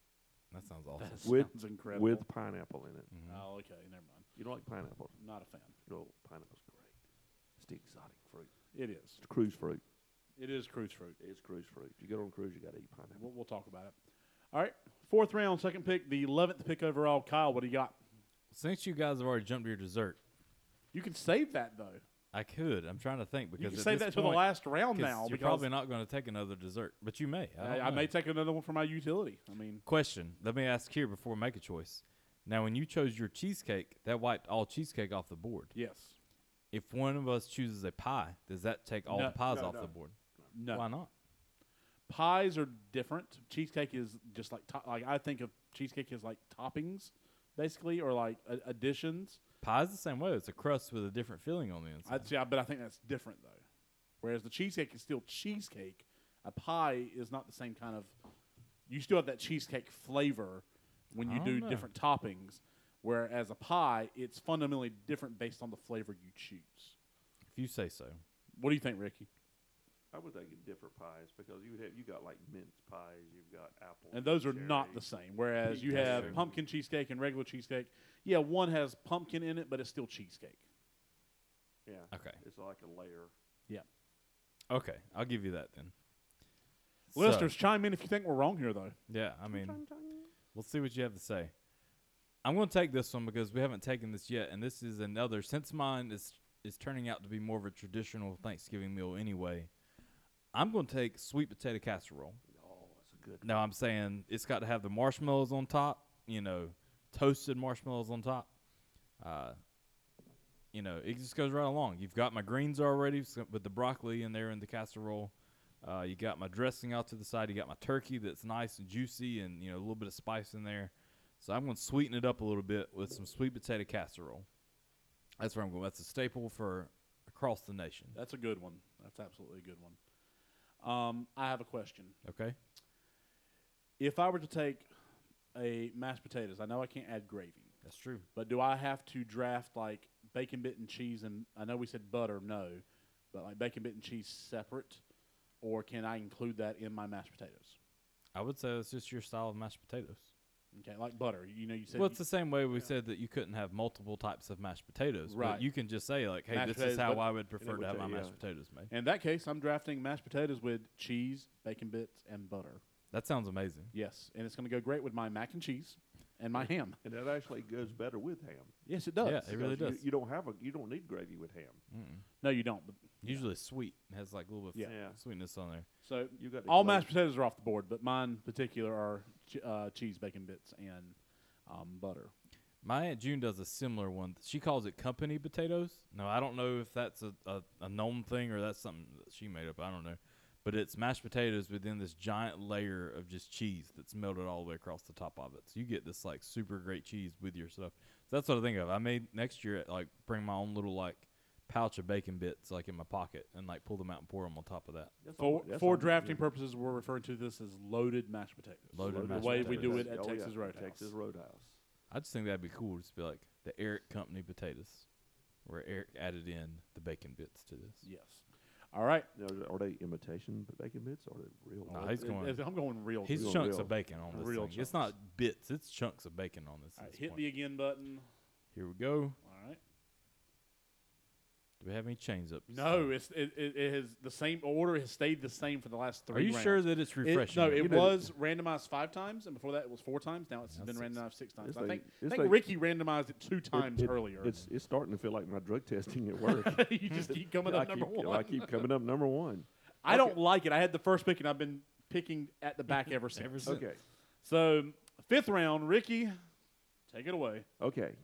Speaker 2: That sounds awesome.
Speaker 3: That
Speaker 4: With-
Speaker 3: sounds incredible.
Speaker 4: with pineapple in it.
Speaker 2: Mhm.
Speaker 3: oh, okay, never mind.
Speaker 4: You don't like pineapple?
Speaker 3: Not a fan.
Speaker 4: You know, pineapple's great. It's the exotic fruit.
Speaker 3: It is.
Speaker 4: It's cruise fruit.
Speaker 3: It is cruise fruit.
Speaker 4: It's cruise fruit. You go on a cruise, you got to eat pineapple.
Speaker 3: We'll, we'll talk about it. All right, fourth round, second pick, the eleventh pick overall. Kyle, what do you got?
Speaker 2: Since you guys have already jumped to your dessert,
Speaker 3: You can save that though.
Speaker 2: I could. I'm trying to think because
Speaker 3: You can
Speaker 2: at
Speaker 3: save
Speaker 2: this
Speaker 3: that to the
Speaker 2: point-
Speaker 3: last round
Speaker 2: 'cause
Speaker 3: now.
Speaker 2: You're
Speaker 3: because
Speaker 2: probably not going to take another dessert, but you may. I,
Speaker 3: I,
Speaker 2: don't
Speaker 3: I may
Speaker 2: know.
Speaker 3: take another one for my utility. I mean,
Speaker 2: Question. Let me ask here before I make a choice. Now, when you chose your cheesecake, that wiped all cheesecake off the board.
Speaker 3: yes,
Speaker 2: If one of us chooses a pie, does that take all
Speaker 3: No,
Speaker 2: the pies
Speaker 3: no,
Speaker 2: off
Speaker 3: no.
Speaker 2: the board?
Speaker 3: no.
Speaker 2: Why not?
Speaker 3: Pies are different. Cheesecake is just like to- like I think of cheesecake as like toppings, basically, or like a- additions.
Speaker 2: Pie's the same way. It's a crust with a different filling on the
Speaker 3: I
Speaker 2: inside.
Speaker 3: see, I- but I think that's different though. Whereas the cheesecake is still cheesecake, a pie is not the same kind of. You still have that cheesecake flavor when
Speaker 2: I
Speaker 3: you
Speaker 2: don't
Speaker 3: do
Speaker 2: know.
Speaker 3: different toppings. Whereas a pie, it's fundamentally different based on the flavor you choose.
Speaker 2: if you say so.
Speaker 3: What do you think, Ricky?
Speaker 4: I would think of different pies because you would have you got like mince pies, you've got apple,
Speaker 3: And those are not the same. Whereas you have
Speaker 2: Sure.
Speaker 3: pumpkin cheesecake and regular cheesecake. Yeah, one has pumpkin in it, but it's still cheesecake.
Speaker 4: Yeah,
Speaker 2: Okay.
Speaker 4: it's like a layer.
Speaker 2: Okay. I'll give you that then. So-
Speaker 3: Listeners, chime in if you think we're wrong here, though.
Speaker 2: yeah. I mean, We'll see what you have to say. I'm going to take this one because we haven't taken this yet, and this is another. Since mine is is turning out to be more of a traditional Thanksgiving meal anyway, I'm going to take sweet potato casserole.
Speaker 4: Oh, that's a good.
Speaker 2: Now I'm saying it's got to have the marshmallows on top, you know, toasted marshmallows on top. Uh, you know, it just goes right along. You've got my greens already so- with the broccoli in there in the casserole. Uh, you got my dressing out to the side. You got my turkey that's nice and juicy, and you know a little bit of spice in there. So I'm going to sweeten it up a little bit with some sweet potato casserole. That's where I'm going. That's a staple for across the nation.
Speaker 3: That's a good one. That's absolutely a good one. Um, I have a question.
Speaker 2: Okay.
Speaker 3: If I were to take a mashed potatoes, I know I can't add gravy,
Speaker 2: That's true.
Speaker 3: but do I have to draft like bacon bit and cheese? And I know we said butter, no, but like bacon bit and cheese separate, or can I include that in my mashed potatoes?
Speaker 2: I would say it's just your style of mashed potatoes.
Speaker 3: Okay, like butter. You know, you said
Speaker 2: Well,
Speaker 3: you-
Speaker 2: it's the same way we said that you couldn't have multiple types of mashed potatoes.
Speaker 3: Right.
Speaker 2: But you can just say like, "Hey,
Speaker 3: Mashed
Speaker 2: this
Speaker 3: potatoes,
Speaker 2: is how
Speaker 3: but-
Speaker 2: I would prefer
Speaker 4: would
Speaker 2: to have
Speaker 4: ta-
Speaker 2: my
Speaker 4: yeah.
Speaker 2: mashed potatoes made."
Speaker 3: In that case, I'm drafting mashed potatoes with cheese, bacon bits, and butter.
Speaker 2: That sounds amazing.
Speaker 3: Yes, and it's going to go great with my mac and cheese and my ham.
Speaker 4: And that actually goes better with ham.
Speaker 3: Yes, it does.
Speaker 2: Yeah, it really
Speaker 4: because
Speaker 2: does.
Speaker 4: You, you don't have a you don't need gravy with ham.
Speaker 2: Mm-mm.
Speaker 3: no, you don't. But
Speaker 2: Usually sweet It has like a little bit of
Speaker 3: Yeah.
Speaker 4: Yeah.
Speaker 2: sweetness on there.
Speaker 3: so
Speaker 4: You got to
Speaker 3: all
Speaker 4: glaze-
Speaker 3: mashed potatoes are off the board, but mine in particular are ch- uh, cheese, bacon bits, and um, butter.
Speaker 2: My aunt June does a similar one. She calls it company potatoes. Now I don't know if that's a, a, a known thing or that's something that she made up. I don't know, but it's mashed potatoes within this giant layer of just cheese that's melted all the way across the top of it. So you get this like super great cheese with your stuff. So that's what I think of. I made next year like bring my own little like pouch of bacon bits like in my pocket and like pull them out and pour them on top of that.
Speaker 4: That's
Speaker 3: For,
Speaker 4: all- that's all
Speaker 3: for
Speaker 4: you
Speaker 3: drafting
Speaker 4: do.
Speaker 3: purposes, we're referring to this as loaded mashed potatoes.
Speaker 2: Loaded
Speaker 3: the
Speaker 2: mashed
Speaker 3: way we do
Speaker 2: potatoes.
Speaker 3: it at
Speaker 4: Oh, yeah,
Speaker 3: Texas Roadhouse.
Speaker 4: Texas Roadhouse.
Speaker 2: I just think that'd be cool. Just be like the Eric Company potatoes, where Eric added in the bacon bits to this.
Speaker 3: Yes. All right.
Speaker 4: Now, are they imitation bacon bits or are they real?
Speaker 2: Nah,
Speaker 4: bacon?
Speaker 2: he's
Speaker 3: It-
Speaker 2: going-
Speaker 3: it- I'm going real.
Speaker 2: He's
Speaker 3: good.
Speaker 4: Real
Speaker 2: chunks
Speaker 4: deal.
Speaker 2: of bacon on this
Speaker 3: Real
Speaker 2: thing.
Speaker 3: chunks.
Speaker 2: It's not bits. It's chunks of bacon on this.
Speaker 3: All
Speaker 2: at
Speaker 3: right,
Speaker 2: this
Speaker 3: hit
Speaker 2: point.
Speaker 3: the again button.
Speaker 2: Here we go.
Speaker 3: All right.
Speaker 2: Do we have any change ups?
Speaker 3: No, it's it, it, it has the same order has stayed the same for the last three.
Speaker 2: Are you
Speaker 3: rounds.
Speaker 2: sure that it's
Speaker 3: It-
Speaker 2: refreshing?
Speaker 3: no, it
Speaker 4: You know-
Speaker 3: was randomized five times, and before that it was four times. Now it's
Speaker 2: Now
Speaker 3: been
Speaker 2: six.
Speaker 3: randomized six times.
Speaker 4: It's
Speaker 3: I
Speaker 4: like-
Speaker 3: think, I
Speaker 4: it's
Speaker 3: think
Speaker 4: like-
Speaker 3: Ricky randomized it two
Speaker 4: It-
Speaker 3: times
Speaker 4: it-
Speaker 3: earlier.
Speaker 4: It's it's starting to feel like my drug testing at work.
Speaker 3: you just keep coming
Speaker 4: I
Speaker 3: up number
Speaker 4: keep,
Speaker 3: one.
Speaker 4: I keep coming up number one.
Speaker 3: I don't like it. I had the first pick, and I've been picking at the back ever since.
Speaker 2: Ever since.
Speaker 4: Okay,
Speaker 3: So fifth round, Ricky, take it away.
Speaker 4: okay.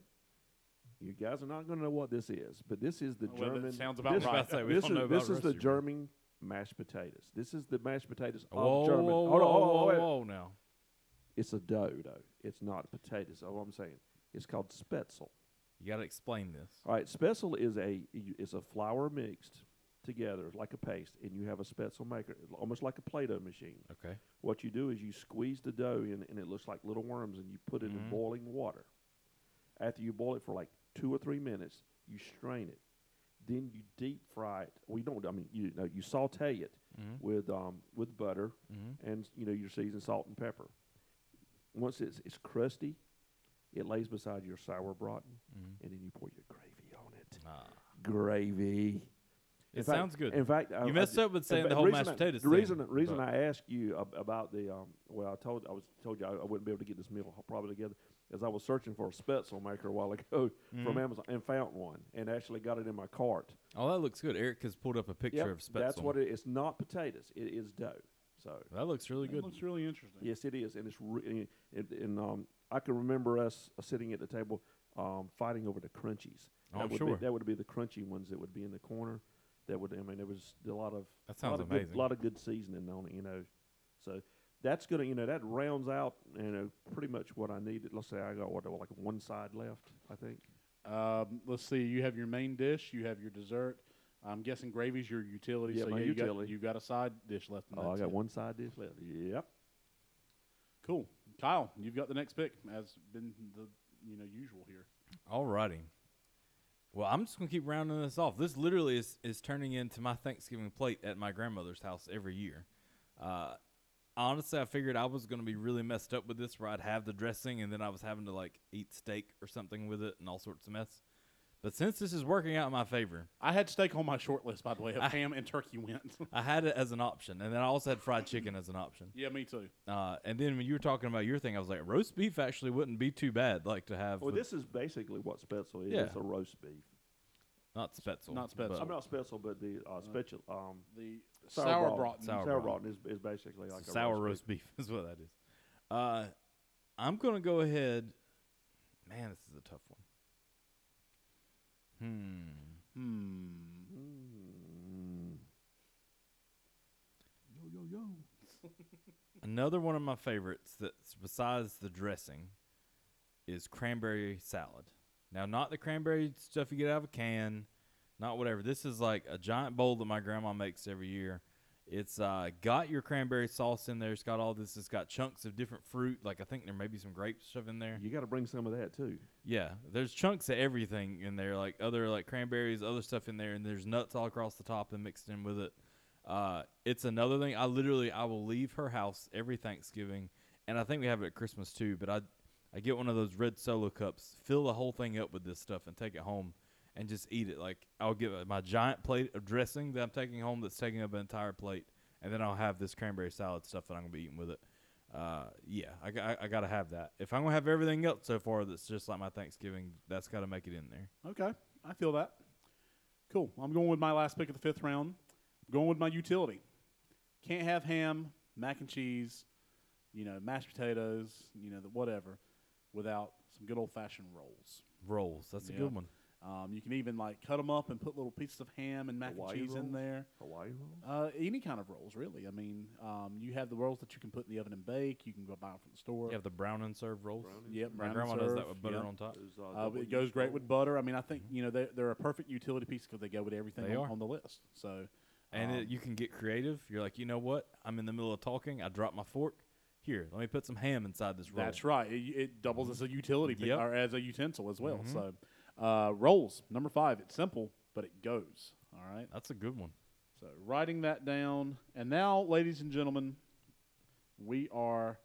Speaker 4: You guys are not going to know what this is, but this is the
Speaker 3: Well, that
Speaker 4: German.
Speaker 3: sounds about
Speaker 4: this,
Speaker 3: right. I was
Speaker 2: about to say, we
Speaker 4: this
Speaker 2: don't
Speaker 4: is,
Speaker 2: know about
Speaker 4: this is the
Speaker 2: recipe.
Speaker 4: German mashed potatoes. This is the mashed potatoes of
Speaker 2: Whoa, whoa,
Speaker 4: German.
Speaker 2: whoa,
Speaker 4: Hold on, hold on,
Speaker 2: whoa,
Speaker 4: wait.
Speaker 2: whoa, now.
Speaker 4: It's a dough, though. It's not potatoes. That's what I'm saying. It's called spetzel.
Speaker 2: You got to explain this.
Speaker 4: All right, spetzel is a is a flour mixed together like a paste, and you have a spetzel maker, almost like a Play-Doh machine.
Speaker 2: Okay.
Speaker 4: What you do is you squeeze the dough in, and it looks like little worms, and you put it in
Speaker 2: Mhm.
Speaker 4: boiling water. After you boil it for like two or three minutes, you strain it. Then you deep fry it. We don't. I mean, you know, you saute it
Speaker 2: Mhm.
Speaker 4: with um, with butter
Speaker 2: Mhm.
Speaker 4: and you know your seasoned salt and pepper. Once it's it's crusty, it lays beside your sour braten,
Speaker 2: Mhm.
Speaker 4: and then you pour your gravy on it.
Speaker 2: Ah.
Speaker 4: Gravy.
Speaker 2: It
Speaker 4: In fact-
Speaker 2: sounds good.
Speaker 4: In fact, I- I
Speaker 2: you messed
Speaker 4: ju-
Speaker 2: up with
Speaker 4: in
Speaker 2: saying
Speaker 4: fact,
Speaker 2: the whole
Speaker 4: reason
Speaker 2: mashed
Speaker 4: I-
Speaker 2: potatoes.
Speaker 4: The reason
Speaker 2: thing,
Speaker 4: reason
Speaker 2: but-
Speaker 4: I asked you ab- about the um, well, I told I was told you I, I wouldn't be able to get this meal h- probably together, as I was searching for a Spätzle maker a while ago
Speaker 2: Mm.
Speaker 4: from Amazon and found one and actually got it in my cart.
Speaker 2: oh, that looks good. Eric has pulled up a picture
Speaker 4: Yep,
Speaker 2: of Spetzel.
Speaker 4: that's what it is. Not potatoes. It is dough. So
Speaker 2: That looks really
Speaker 3: That
Speaker 2: good.
Speaker 3: looks really interesting.
Speaker 4: yes, it is, and it's re- and, and um, I can remember us uh, sitting at the table um, fighting over the crunchies.
Speaker 2: Oh,
Speaker 4: that
Speaker 2: I'm
Speaker 4: would
Speaker 2: sure.
Speaker 4: be, that would be the crunchy ones that would be in the corner. That would I mean there was a lot of
Speaker 2: That sounds
Speaker 4: lot of
Speaker 2: amazing.
Speaker 4: Good, lot of good seasoning on it, you know. So that's gonna you know that rounds out you know pretty much what I needed. Let's say I got what like one side left, I think.
Speaker 3: Um, let's see. You have your main dish. You have your dessert. I'm guessing gravy's your utility.
Speaker 4: Yeah,
Speaker 3: so
Speaker 4: my
Speaker 3: yeah, You got,
Speaker 4: utility.
Speaker 3: you've got a side dish left. and
Speaker 4: Oh, I
Speaker 3: that's
Speaker 4: got
Speaker 3: it.
Speaker 4: one side dish left. Yep.
Speaker 3: Cool, Kyle. You've got the next pick, as been the you know usual here.
Speaker 2: Alrighty. Well, I'm just gonna keep rounding this off. This literally is is turning into my Thanksgiving plate at my grandmother's house every year. Uh, honestly, I figured I was gonna be really messed up with this, where I'd have the dressing and then I was having to like eat steak or something with it and all sorts of mess. But since this is working out in my favor,
Speaker 3: I had steak on my short list, by the way, of
Speaker 2: I-
Speaker 3: ham and turkey wings.
Speaker 2: I had it as an option, and then I also had fried chicken as an option.
Speaker 3: yeah, me too.
Speaker 2: Uh, and then when you were talking about your thing, I was like, roast beef actually wouldn't be too bad. Like to have
Speaker 4: Well,
Speaker 2: with-
Speaker 4: this is basically what Spetzel is.
Speaker 2: Yeah.
Speaker 4: It's a roast beef.
Speaker 2: not spetzel,
Speaker 3: Not spetzel.
Speaker 2: but-
Speaker 4: I'm not Spetzel, but the uh, special um,
Speaker 3: The
Speaker 4: Sour
Speaker 3: sour
Speaker 4: braten.
Speaker 3: braten.
Speaker 2: Sour
Speaker 4: sour,
Speaker 2: braten.
Speaker 4: braten is, is basically like
Speaker 2: It's
Speaker 4: a
Speaker 2: sour
Speaker 4: roast beef.
Speaker 2: roast beef. is what that is. Uh, I'm gonna go ahead. Man, this is a tough one. Hmm.
Speaker 3: Hmm.
Speaker 4: Mm. Yo yo yo.
Speaker 2: Another one of my favorites that's besides the dressing is cranberry salad. Now, not the cranberry stuff you get out of a can, not whatever. This is like a giant bowl that my grandma makes every year. It's uh, got your cranberry sauce in there. It's got all this. It's got chunks of different fruit. Like I think there may be some grape stuff in there.
Speaker 4: You got to bring some of that too.
Speaker 2: Yeah, there's chunks of everything in there, like other like cranberries, other stuff in there, and there's nuts all across the top and mixed in with it. Uh, it's another thing. I literally I will leave her house every Thanksgiving, and I think we have it at Christmas too. But I I get one of those red solo cups, fill the whole thing up with this stuff, and take it home and just eat it. Like I'll get my giant plate of dressing that I'm taking home that's taking up an entire plate, and then I'll have this cranberry salad stuff that I'm gonna be eating with it. Uh, yeah, I, g- I- I gotta have that. If I'm gonna have everything else so far that's just like my Thanksgiving, that's gotta make it in there.
Speaker 3: Okay, I feel that. Cool. I'm going with my last pick of the fifth round. I'm going with my utility. Can't have ham, mac and cheese, you know, mashed potatoes, you know, the whatever, without some good old fashioned rolls.
Speaker 2: Rolls, that's a
Speaker 3: Yeah.
Speaker 2: good one.
Speaker 3: Um, you can even like cut them up and put little pieces of ham and mac
Speaker 4: Hawaii
Speaker 3: and cheese in
Speaker 4: rolls?
Speaker 3: there.
Speaker 4: Hawaii roll.
Speaker 3: Uh, any kind of rolls, really. I mean, um, you have the rolls that you can put in the oven and bake. You can go buy them from the store.
Speaker 2: You have the brown and serve rolls.
Speaker 4: Brown
Speaker 3: Yep,
Speaker 2: My
Speaker 3: brown and
Speaker 2: grandma does that
Speaker 3: serve,
Speaker 2: with butter
Speaker 3: yep.
Speaker 2: on top.
Speaker 4: Those,
Speaker 3: Uh,
Speaker 4: double
Speaker 3: it goes
Speaker 4: use
Speaker 3: great with
Speaker 4: rolls.
Speaker 3: butter. I mean, I think you know they're, they're a perfect utility piece because they go with everything
Speaker 2: Mm-hmm. They
Speaker 3: on,
Speaker 2: are.
Speaker 3: on the list. So,
Speaker 2: And
Speaker 3: um,
Speaker 2: it, you can get creative. You're like, you know what? I'm in the middle of talking. I drop my fork. Here, let me put some ham inside this roll.
Speaker 3: that's right. It, it doubles as a utility piece
Speaker 2: Yep. Mm-hmm.
Speaker 3: or as a utensil as well. So, uh, rolls number five. It's simple, but it goes. All right.
Speaker 2: That's a good one.
Speaker 3: So writing that down. And now, ladies and gentlemen, we are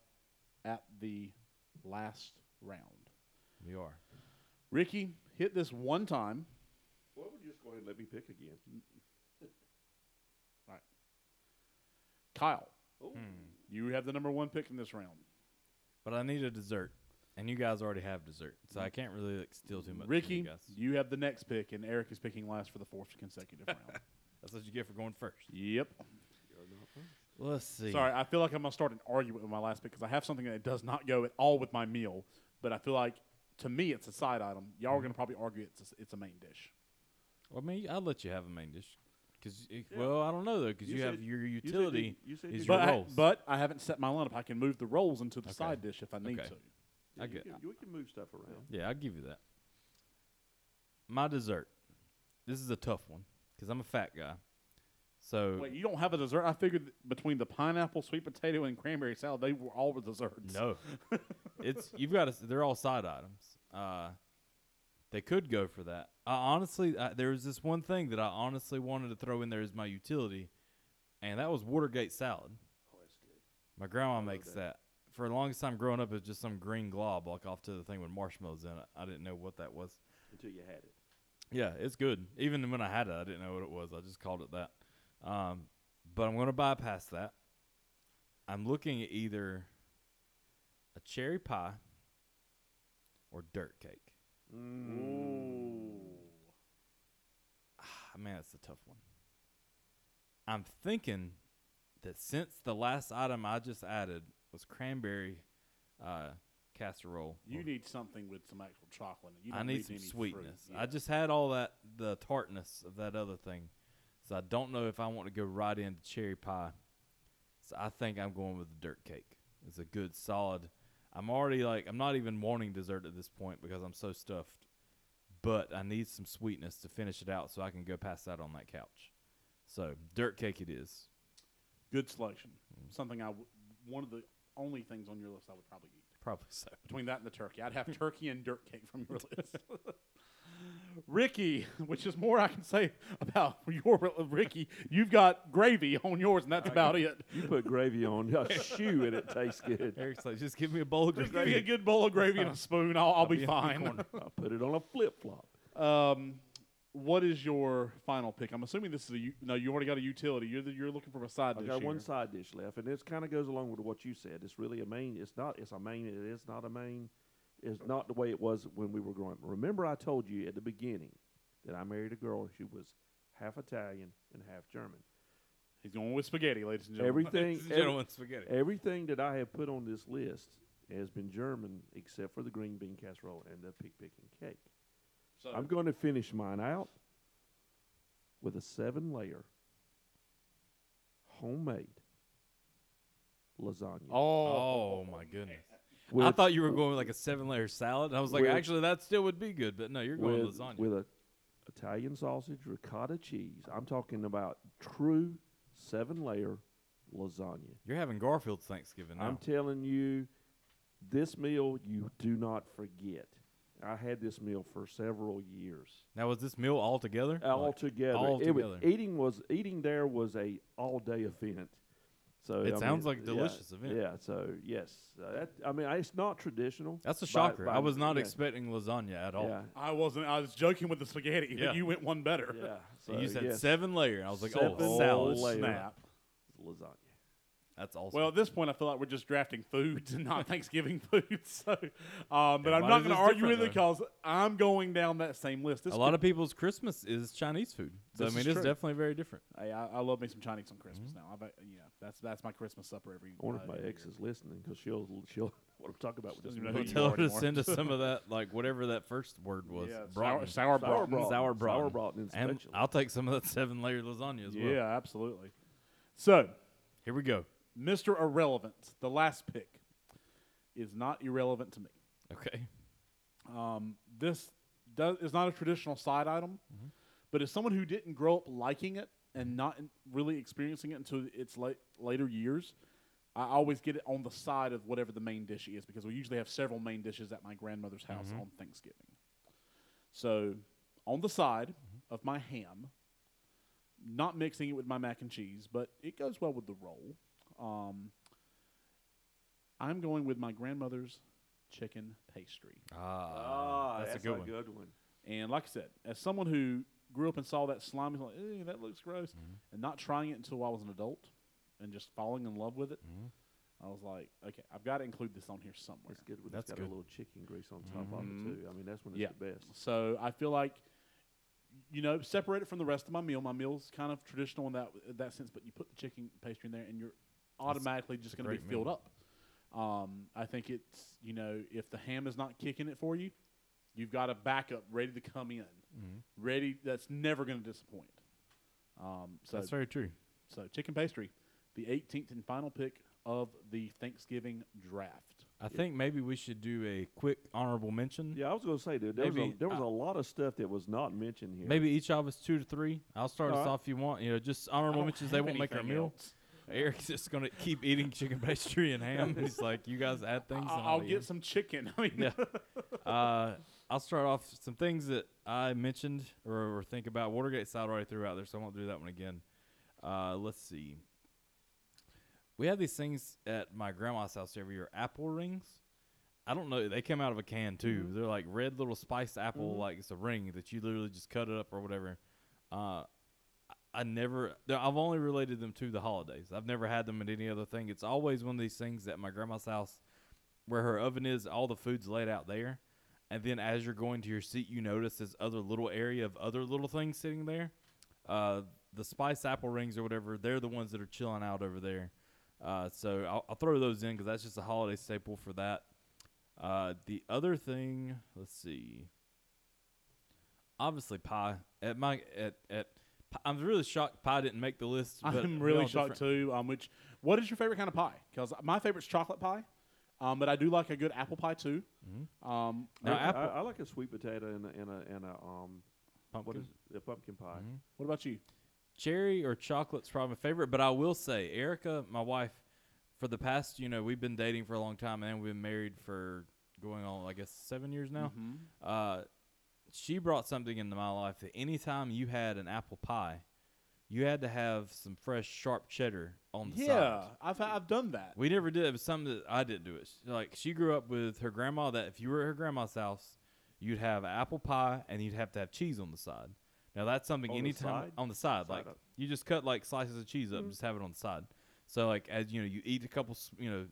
Speaker 3: at the last round.
Speaker 2: We are.
Speaker 3: Ricky hit this one time.
Speaker 4: Well, would you just go ahead and let me pick again?
Speaker 3: Kyle,
Speaker 4: Oh,
Speaker 2: Mm.
Speaker 3: you have the number one pick in this round.
Speaker 2: But I need a dessert, and you guys already have dessert, so I can't really like steal too much. from you
Speaker 3: Mm. Ricky,
Speaker 2: guys.
Speaker 3: you have the next pick, and Eric is picking last for the fourth consecutive round.
Speaker 2: that's what you get for going first.
Speaker 3: Yep.
Speaker 4: you're not first.
Speaker 2: Let's see.
Speaker 3: Sorry, I feel like I'm gonna start an argument with my last pick because I have something that does not go at all with my meal. But I feel like to me it's a side item. Y'all
Speaker 2: Mm-hmm.
Speaker 3: are gonna probably argue it's a, it's a main dish.
Speaker 2: Well, I mean, I'll let you have a main dish. Cause, it- well, I don't know though, because you,
Speaker 4: You
Speaker 2: have
Speaker 4: said-
Speaker 2: your
Speaker 4: you said
Speaker 2: utility.
Speaker 4: you- you said
Speaker 2: is
Speaker 4: you
Speaker 2: your
Speaker 3: But I,
Speaker 2: rolls.
Speaker 3: but I haven't set my lineup. I can move the rolls into the
Speaker 2: Okay.
Speaker 3: side dish if I need
Speaker 2: Okay.
Speaker 3: to.
Speaker 2: I
Speaker 4: you
Speaker 2: get-
Speaker 4: can, you can move stuff around.
Speaker 2: yeah, I'll give you that. My dessert. This is a tough one because I'm a fat guy. So
Speaker 3: Wait, you don't have a dessert? I figured between the pineapple, sweet potato, and cranberry salad, they were all the desserts.
Speaker 2: no, it's you've got. To, they're all side items. Uh, They could go for that. I honestly, I, there was this one thing that I honestly wanted to throw in there as my utility, and that was Watergate salad.
Speaker 3: Oh, that's good.
Speaker 2: My grandma makes that. For the longest time growing up, it was just some green glob like off to the thing with marshmallows in it. I didn't know what that was.
Speaker 4: until you had it.
Speaker 2: Yeah, it's good. Even when I had it, I didn't know what it was. I just called it that. Um, but I'm going to bypass that. I'm looking at either a cherry pie or dirt cake. Ah, man, that's a tough one. I'm thinking that since the last item I just added was cranberry uh, casserole,
Speaker 3: You
Speaker 2: or-
Speaker 3: need something with some actual chocolate. in it. You
Speaker 2: I
Speaker 3: don't
Speaker 2: need some
Speaker 3: any fruit.
Speaker 2: sweetness.
Speaker 3: Yeah.
Speaker 2: I just had all that the tartness of that other thing, so I don't know if I want to go right into cherry pie. So I think I'm going with the dirt cake. It's a good solid. I'm already like I'm not even wanting dessert at this point because I'm so stuffed, but I need some sweetness to finish it out so I can go pass out on that couch. So dirt cake it is.
Speaker 3: good selection. Something I w- one of the only things on your list I would probably eat
Speaker 2: Probably so.
Speaker 3: between that and the turkey. I'd have turkey and dirt cake from your list. Ricky, which is more I can say about your Ricky. You've got gravy on yours, and that's about it.
Speaker 4: You put gravy on a shoe and it tastes good.
Speaker 2: Eric's like, just give me a bowl of
Speaker 3: Just
Speaker 2: dirt
Speaker 3: give me a
Speaker 2: cake.
Speaker 3: good bowl of gravy and a spoon. I'll, I'll, be,
Speaker 2: be in the
Speaker 3: fine.
Speaker 4: I put it on a flip flop.
Speaker 3: Um, what is your final pick? I'm assuming this is a u- no. You already got a utility. You're the, you're looking for a side
Speaker 4: I
Speaker 3: dish.
Speaker 4: got
Speaker 3: here.
Speaker 4: one side dish left, and this kind of goes along with what you said. It's really a main. It's not. It's a main. It is not a main. It's not the way it was when we were growing. up. Remember, I told you at the beginning that I married a girl who was half Italian and half German.
Speaker 3: He's going with spaghetti, ladies and gentlemen.
Speaker 4: Everything,
Speaker 2: Ladies and
Speaker 4: every,
Speaker 2: gentlemen, spaghetti.
Speaker 4: everything that I have put on this list has been German, except for the green bean casserole and the pig picking cake.
Speaker 3: So-
Speaker 4: I'm going to finish mine out with a seven layer homemade lasagna.
Speaker 2: Oh my goodness. I
Speaker 4: With-
Speaker 2: thought you were going with like a seven layer salad. And I was like,
Speaker 4: with-
Speaker 2: actually, that still would be good. But no, you're going
Speaker 4: with,
Speaker 2: lasagna.
Speaker 4: with a Italian sausage, ricotta cheese. I'm talking about true seven layer lasagna.
Speaker 2: you're having Garfield's Thanksgiving now.
Speaker 4: I'm telling you, this meal you do not forget. I had this meal for several years.
Speaker 2: now, was this meal all together?
Speaker 4: All
Speaker 2: Like,
Speaker 4: together,
Speaker 2: all
Speaker 4: It was-
Speaker 2: together.
Speaker 4: eating was eating there was a all day event. So
Speaker 2: It
Speaker 4: I
Speaker 2: sounds
Speaker 4: mean,
Speaker 2: like a
Speaker 4: yeah,
Speaker 2: delicious event.
Speaker 4: Yeah. So yes, uh, that, I mean I- it's not traditional.
Speaker 2: That's a
Speaker 4: by-
Speaker 2: shocker.
Speaker 4: by-
Speaker 2: I was not
Speaker 4: yeah,
Speaker 2: expecting lasagna at all.
Speaker 4: Yeah.
Speaker 3: I wasn't. I was joking with the spaghetti,
Speaker 2: Yeah.
Speaker 3: but you went one better.
Speaker 4: yeah.
Speaker 2: So you
Speaker 4: so,
Speaker 2: said
Speaker 4: yes,
Speaker 2: seven layer. and I was like,
Speaker 4: Seven
Speaker 2: oh, salad.
Speaker 4: layer.
Speaker 3: Snap.
Speaker 4: lasagna.
Speaker 2: That's awesome.
Speaker 3: Well, at this point, I feel like we're just drafting foods and not Thanksgiving foods. So, um, but I'm not
Speaker 2: Everybody's
Speaker 3: going to
Speaker 2: is
Speaker 3: argue
Speaker 2: different,
Speaker 3: with it because I'm going down that same list. This
Speaker 2: a lot of people's Christmas is Chinese food. So, I
Speaker 3: This
Speaker 2: mean,
Speaker 3: is
Speaker 2: it's
Speaker 3: true.
Speaker 2: definitely very different.
Speaker 3: Hey, I, I love me some Chinese on Christmas now. I bet, you know, that's that's my Christmas supper every.
Speaker 4: I wonder
Speaker 3: uh,
Speaker 4: if my
Speaker 3: every
Speaker 4: ex
Speaker 3: year.
Speaker 4: is listening because she'll she'll what I'm talking about with this.
Speaker 3: Doesn't even know
Speaker 2: We'll
Speaker 3: who you
Speaker 2: tell
Speaker 3: are
Speaker 2: her to
Speaker 3: anymore.
Speaker 2: send us some of that, like whatever that first word was.
Speaker 3: Yeah, it's
Speaker 2: Broughton.
Speaker 3: sour, sour,
Speaker 4: Sour
Speaker 3: broughton.
Speaker 4: broughton.
Speaker 2: Sour
Speaker 4: Sour
Speaker 2: broughton.
Speaker 4: broughton and
Speaker 2: And
Speaker 4: spatula.
Speaker 2: I'll take some of that seven layer lasagna as well.
Speaker 3: Yeah, absolutely. So,
Speaker 2: Here we go.
Speaker 3: Mr. Irrelevant, the last pick, is not irrelevant to me.
Speaker 2: Okay.
Speaker 3: Um, this does, is not a traditional side item, but as someone who didn't grow up liking it and not in- really experiencing it until its late, later years, I always get it on the side of whatever the main dish is because we usually have several main dishes at my grandmother's house on Thanksgiving. So, on the side of my ham, not mixing it with my mac and cheese, but it goes well with the roll. Um, I'm going with my grandmother's chicken pastry.
Speaker 2: Ah, that's, a good one.
Speaker 4: good one.
Speaker 3: And like I said, as someone who grew up and saw that slime, like, "Ew, that looks gross, and not trying it until I was an adult and just falling in love with it,
Speaker 2: Mm-hmm.
Speaker 3: I was like, okay, I've got to include this on here somewhere.
Speaker 4: That's good. When
Speaker 2: That's
Speaker 4: it's got
Speaker 2: good.
Speaker 4: a little chicken grease on top of it too. I mean, that's when it's
Speaker 3: Yeah.
Speaker 4: the best.
Speaker 3: So I feel like, you know, separate it from the rest of my meal. My meal's kind of traditional in that in that sense, but you put the chicken pastry in there, and you're automatically just
Speaker 2: a
Speaker 3: going to be
Speaker 2: great
Speaker 3: filled
Speaker 2: meal.
Speaker 3: up. Um, I think it's you know, if the ham is not kicking it for you, you've got a backup ready to come in, ready. That's never going to disappoint. Um, so
Speaker 2: That's very true.
Speaker 3: so chicken pastry, the 18th and final pick of the Thanksgiving draft.
Speaker 2: I think maybe we should do a quick honorable mention.
Speaker 4: Yeah, I was going to say dude, there was
Speaker 2: Maybe,
Speaker 4: a, there was
Speaker 2: uh,
Speaker 4: a lot of stuff that was not mentioned here.
Speaker 2: Maybe each of us two to three. I'll start us
Speaker 4: Alright.
Speaker 2: off if you want. You know, just honorable
Speaker 3: don't
Speaker 2: mentions. They
Speaker 3: have
Speaker 2: won't make our
Speaker 3: anything
Speaker 2: meal.
Speaker 3: else.
Speaker 2: Eric's just gonna keep eating chicken pastry and ham. He's like, you guys add things.
Speaker 3: I-
Speaker 2: and
Speaker 3: I'll
Speaker 2: eat
Speaker 3: get some chicken. I mean,
Speaker 2: it." Uh, I'll start off some things that I mentioned or, or think about. Watergate side already threw out there, so I won't do that one again. Uh, let's see. We had these things at my grandma's house every year. Apple rings. I don't know. They came out of a can too. They're like red little spiced apple, like it's a ring that you literally just cut it up or whatever. Uh, I never. no, I've only related them to the holidays. I've never had them at any other thing. It's always one of these things at my grandma's house, where her oven is. All the food's laid out there, and then as you're going to your seat, you notice this other little area of other little things sitting there. Uh, the spice apple rings or whatever. They're the ones that are chilling out over there. Uh, so I'll, I'll throw those in because that's just a holiday staple for that. Uh, the other thing, let's see. Obviously, pie at my at at. Pi- I'm really shocked pie didn't make the list. but
Speaker 3: I'm
Speaker 2: we all
Speaker 3: really
Speaker 2: different-
Speaker 3: shocked too. Um, which what is your favorite kind of pie? Because my favorite's chocolate pie, um, but I do like a good apple pie too.
Speaker 2: Mm-hmm.
Speaker 3: Um,
Speaker 2: Now,
Speaker 4: I,
Speaker 2: apple-
Speaker 4: I, I like a sweet potato and a and a, and a um what
Speaker 2: Pumpkin? Mm-hmm.
Speaker 4: is it? a pumpkin pie.
Speaker 3: what about you?
Speaker 2: cherry or chocolate's probably my favorite, but I will say Erica, my wife, for the past, you know, we've been dating for a long time and we've been married for going on, I guess, seven years now.
Speaker 3: Mm-hmm.
Speaker 2: Uh, she brought something into my life that anytime you had an apple pie, you had to have some fresh sharp cheddar on the
Speaker 3: Yeah,
Speaker 2: side.
Speaker 3: I've I've done that.
Speaker 2: We never did. It was something that I didn't do. It like she grew up with her grandma. That if you were at her grandma's house, you'd have apple pie and you'd have to have cheese on the side. Now that's something
Speaker 4: On the
Speaker 2: anytime
Speaker 4: side?
Speaker 2: on the side,
Speaker 4: Side
Speaker 2: like
Speaker 4: up.
Speaker 2: you just cut like slices of cheese up and just have it on the side. So like as you know, you eat a couple s- you know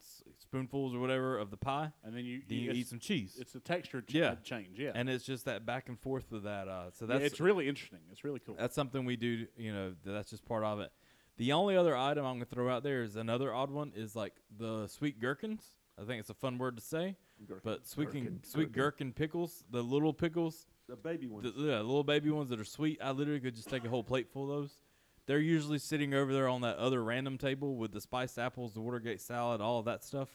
Speaker 2: s- spoonfuls or whatever of the pie,
Speaker 3: And then you,
Speaker 2: then you
Speaker 3: it's,
Speaker 2: eat some cheese,
Speaker 3: It's the texture ch-
Speaker 2: Yeah.
Speaker 3: uh, change. Yeah,
Speaker 2: and it's just that back and forth with that. Uh, so
Speaker 3: Yeah,
Speaker 2: that's
Speaker 3: it's really interesting. It's really cool.
Speaker 2: that's something we do. You know, th- that's just part of it. The only other item I'm gonna throw out there is another odd one is like the sweet gherkins. I think it's a fun word to say,
Speaker 4: Gherkin,
Speaker 2: but sweet
Speaker 4: gherkin,
Speaker 2: gherkin, sweet gherkin pickles, the little pickles,
Speaker 4: The baby one.
Speaker 2: the, yeah, the little baby ones that are sweet. I literally could just take a whole plate full of those. They're usually sitting over there on that other random table with the spiced apples, the Watergate salad, all of that stuff.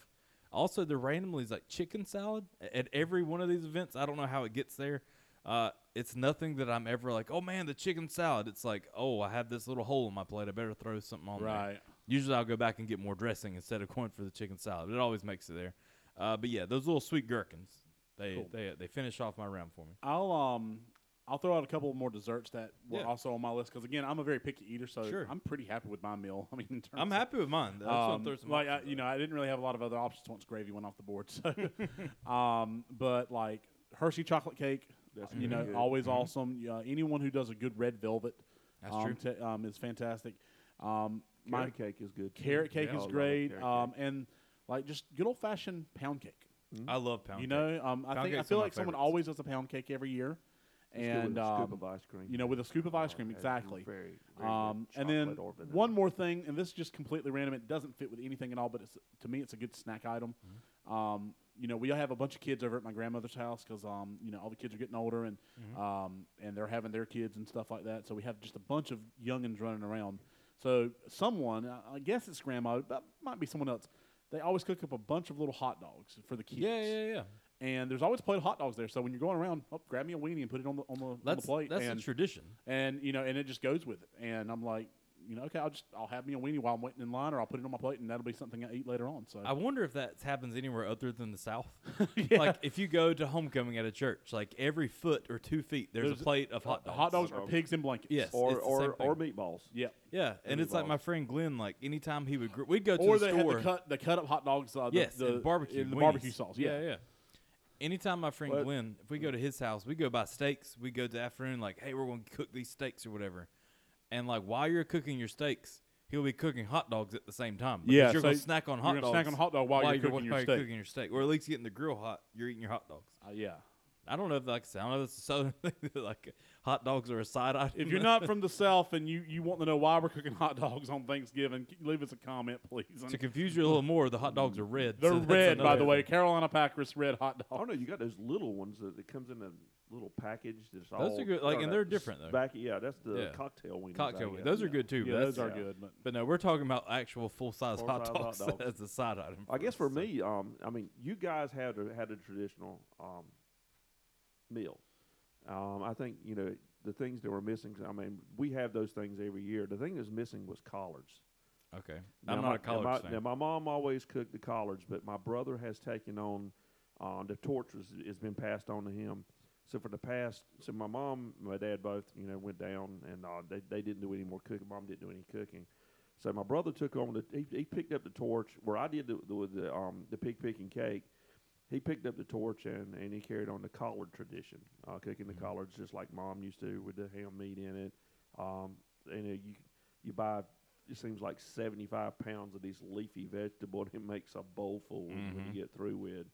Speaker 2: Also, they're randomly it's like chicken salad A- at every one of these events. I don't know how it gets there. Uh, it's nothing that I'm ever like, oh man, the chicken salad. It's like, oh, I have this little hole in my plate. I better throw something on there.
Speaker 3: Right.
Speaker 2: Usually I'll go back and get more dressing instead of going for the chicken salad. It always makes it there. Uh, but yeah, those little sweet gherkins, they they they finish off my round for me.
Speaker 3: I'll um I'll throw out a couple more desserts that were
Speaker 2: Yeah.
Speaker 3: also on my list because again I'm a very picky eater, so
Speaker 2: Sure.
Speaker 3: I'm pretty happy with my meal. I mean, in terms
Speaker 2: I'm
Speaker 3: of-
Speaker 2: happy with mine. That's
Speaker 3: um, like I, you know, I didn't really have a lot of other options once gravy went off the board. So, um, but like Hershey chocolate cake,
Speaker 4: That's
Speaker 3: you
Speaker 4: pretty
Speaker 3: know,
Speaker 4: good. Mm-hmm.
Speaker 3: always awesome. Yeah, anyone who does a good red velvet,
Speaker 2: That's
Speaker 3: um,
Speaker 2: true.
Speaker 3: ta- um, is fantastic. Um, my
Speaker 4: Carrot cake is good. too.
Speaker 3: carrot cake
Speaker 4: Yeah, I
Speaker 3: is
Speaker 4: love
Speaker 3: great,
Speaker 4: carrot
Speaker 3: um,
Speaker 4: cake.
Speaker 3: and like just good old fashioned pound cake.
Speaker 2: I love pound.
Speaker 3: you
Speaker 2: cake.
Speaker 3: know, um, I
Speaker 2: Pound
Speaker 3: think I
Speaker 2: cake's
Speaker 3: feel
Speaker 2: one of my
Speaker 3: like someone
Speaker 2: favorites.
Speaker 3: always does a pound cake every year,
Speaker 4: It's good with
Speaker 3: and
Speaker 4: a
Speaker 3: um,
Speaker 4: scoop of ice cream.
Speaker 3: you know, with a scoop of ice cream,
Speaker 4: Oh, that's
Speaker 3: exactly.
Speaker 4: Very, very
Speaker 3: Um,
Speaker 4: good
Speaker 3: and then
Speaker 4: chocolate or vanilla.
Speaker 3: one more thing, and this is just completely random. It doesn't fit with anything at all, but it's to me, it's a good snack item.
Speaker 4: Mm-hmm.
Speaker 3: Um, you know, we have a bunch of kids over at my grandmother's house because um, you know all the kids are getting older and
Speaker 4: Mm-hmm.
Speaker 3: um, and they're having their kids and stuff like that. So we have just a bunch of youngins running around. So someone, I- I guess it's grandma, but might be someone else. They always cook up a bunch of little hot dogs for the kids.
Speaker 2: Yeah, yeah, yeah.
Speaker 3: And there's always a plate of hot dogs there. So when you're going around, oh, grab me a weenie and put it on the on the, on the
Speaker 2: That's
Speaker 3: plate.
Speaker 2: that's
Speaker 3: and
Speaker 2: a tradition.
Speaker 3: and you know, and it just goes with it. And I'm like, you know, okay, I'll just I'll have me a weenie while I'm waiting in line, or I'll put it on my plate, and that'll be something I eat later on. So
Speaker 2: I wonder if that happens anywhere other than the South.
Speaker 3: Yeah.
Speaker 2: Like if you go to homecoming at a church, like every foot or two feet, there's,
Speaker 3: There's-
Speaker 2: a plate of hot
Speaker 3: the
Speaker 2: dogs.
Speaker 3: hot dogs
Speaker 4: Hot
Speaker 3: are
Speaker 4: dogs.
Speaker 3: pigs in blankets.
Speaker 2: Yes.
Speaker 4: or
Speaker 2: it's the same
Speaker 4: or, or
Speaker 2: thing.
Speaker 4: meatballs.
Speaker 3: Yep.
Speaker 2: Yeah, and it's like my
Speaker 4: involved.
Speaker 2: friend Glenn. Like anytime he would, gr- we'd go to
Speaker 3: Or
Speaker 2: the
Speaker 3: they
Speaker 2: store.
Speaker 3: had the cut the cut up hot dogs. Uh, the,
Speaker 2: yes,
Speaker 3: the
Speaker 2: and barbecue,
Speaker 3: in the
Speaker 2: weenies.
Speaker 3: barbecue sauce. Yeah.
Speaker 2: yeah, Anytime my friend Glenn, if we go to his house, we go buy steaks. We go to afternoon, like, hey, we're going to cook these steaks or whatever. And like while you're cooking your steaks, he'll be cooking hot dogs at the same time. because
Speaker 3: Yeah,
Speaker 2: you're
Speaker 3: so
Speaker 2: going to snack on
Speaker 3: you're
Speaker 2: hot
Speaker 3: gonna
Speaker 2: dogs.
Speaker 3: snack on hot dog while you're cooking
Speaker 2: wa-
Speaker 3: your
Speaker 2: while you're
Speaker 3: steak.
Speaker 2: cooking your steak, or at least getting the grill hot. You're eating your hot dogs.
Speaker 3: Uh, yeah.
Speaker 2: I don't know if that's I don't know if it's a southern thing that like hot dogs are a side item.
Speaker 3: If you're not from the south and you you want to know why we're cooking hot dogs on Thanksgiving, c- leave us a comment, please.
Speaker 2: to confuse you a little more, the hot dogs are red.
Speaker 3: They're
Speaker 2: so that's
Speaker 3: red, by
Speaker 2: another
Speaker 3: the way.
Speaker 2: thing.
Speaker 3: Carolina Packers red hot
Speaker 4: Oh
Speaker 3: dog.
Speaker 4: no, you got those little ones that it comes in a little package. That's
Speaker 2: are
Speaker 4: all
Speaker 2: good, like,
Speaker 4: or
Speaker 2: and
Speaker 4: that
Speaker 2: they're different, though.
Speaker 4: Back, yeah, that's the
Speaker 2: Yeah.
Speaker 4: cocktail wings.
Speaker 2: Cocktail. Those are good too.
Speaker 3: Yeah,
Speaker 2: but
Speaker 3: those
Speaker 2: that's-
Speaker 3: are
Speaker 4: yeah.
Speaker 3: good, but
Speaker 2: But no, we're talking about actual full size
Speaker 4: Full-size
Speaker 2: hot
Speaker 4: hot
Speaker 2: dogs
Speaker 4: dogs.
Speaker 2: as a side item.
Speaker 4: I guess
Speaker 2: us,
Speaker 4: for
Speaker 2: so.
Speaker 4: me, um, I mean, you guys had a, had a traditional um, meal. Um, I think you know the things that were missing. I mean, we have those things every year. The thing that's missing was collards.
Speaker 2: Okay,
Speaker 4: Now
Speaker 2: I'm
Speaker 4: my-
Speaker 2: not a
Speaker 4: now my,
Speaker 2: college
Speaker 4: Now
Speaker 2: fan.
Speaker 4: my mom always cooked the collards, but my brother has taken on Uh, the torch was, has been passed on to him. So for the past, so my mom, my dad both, you know, went down, and uh, they they didn't do any more cooking. Mom didn't do any cooking. So my brother took on the he, he picked up the torch where I did the the, the um the pig picking cake. He picked up the torch and, and he carried on the collard tradition, uh, cooking the
Speaker 3: Mm-hmm.
Speaker 4: collards just like mom used to with the ham meat in it. Um, and uh, you you buy it seems like seventy five pounds of these leafy vegetable and it makes a bowl full when- when
Speaker 2: Mhm.
Speaker 3: Mm-hmm.
Speaker 4: you get through with.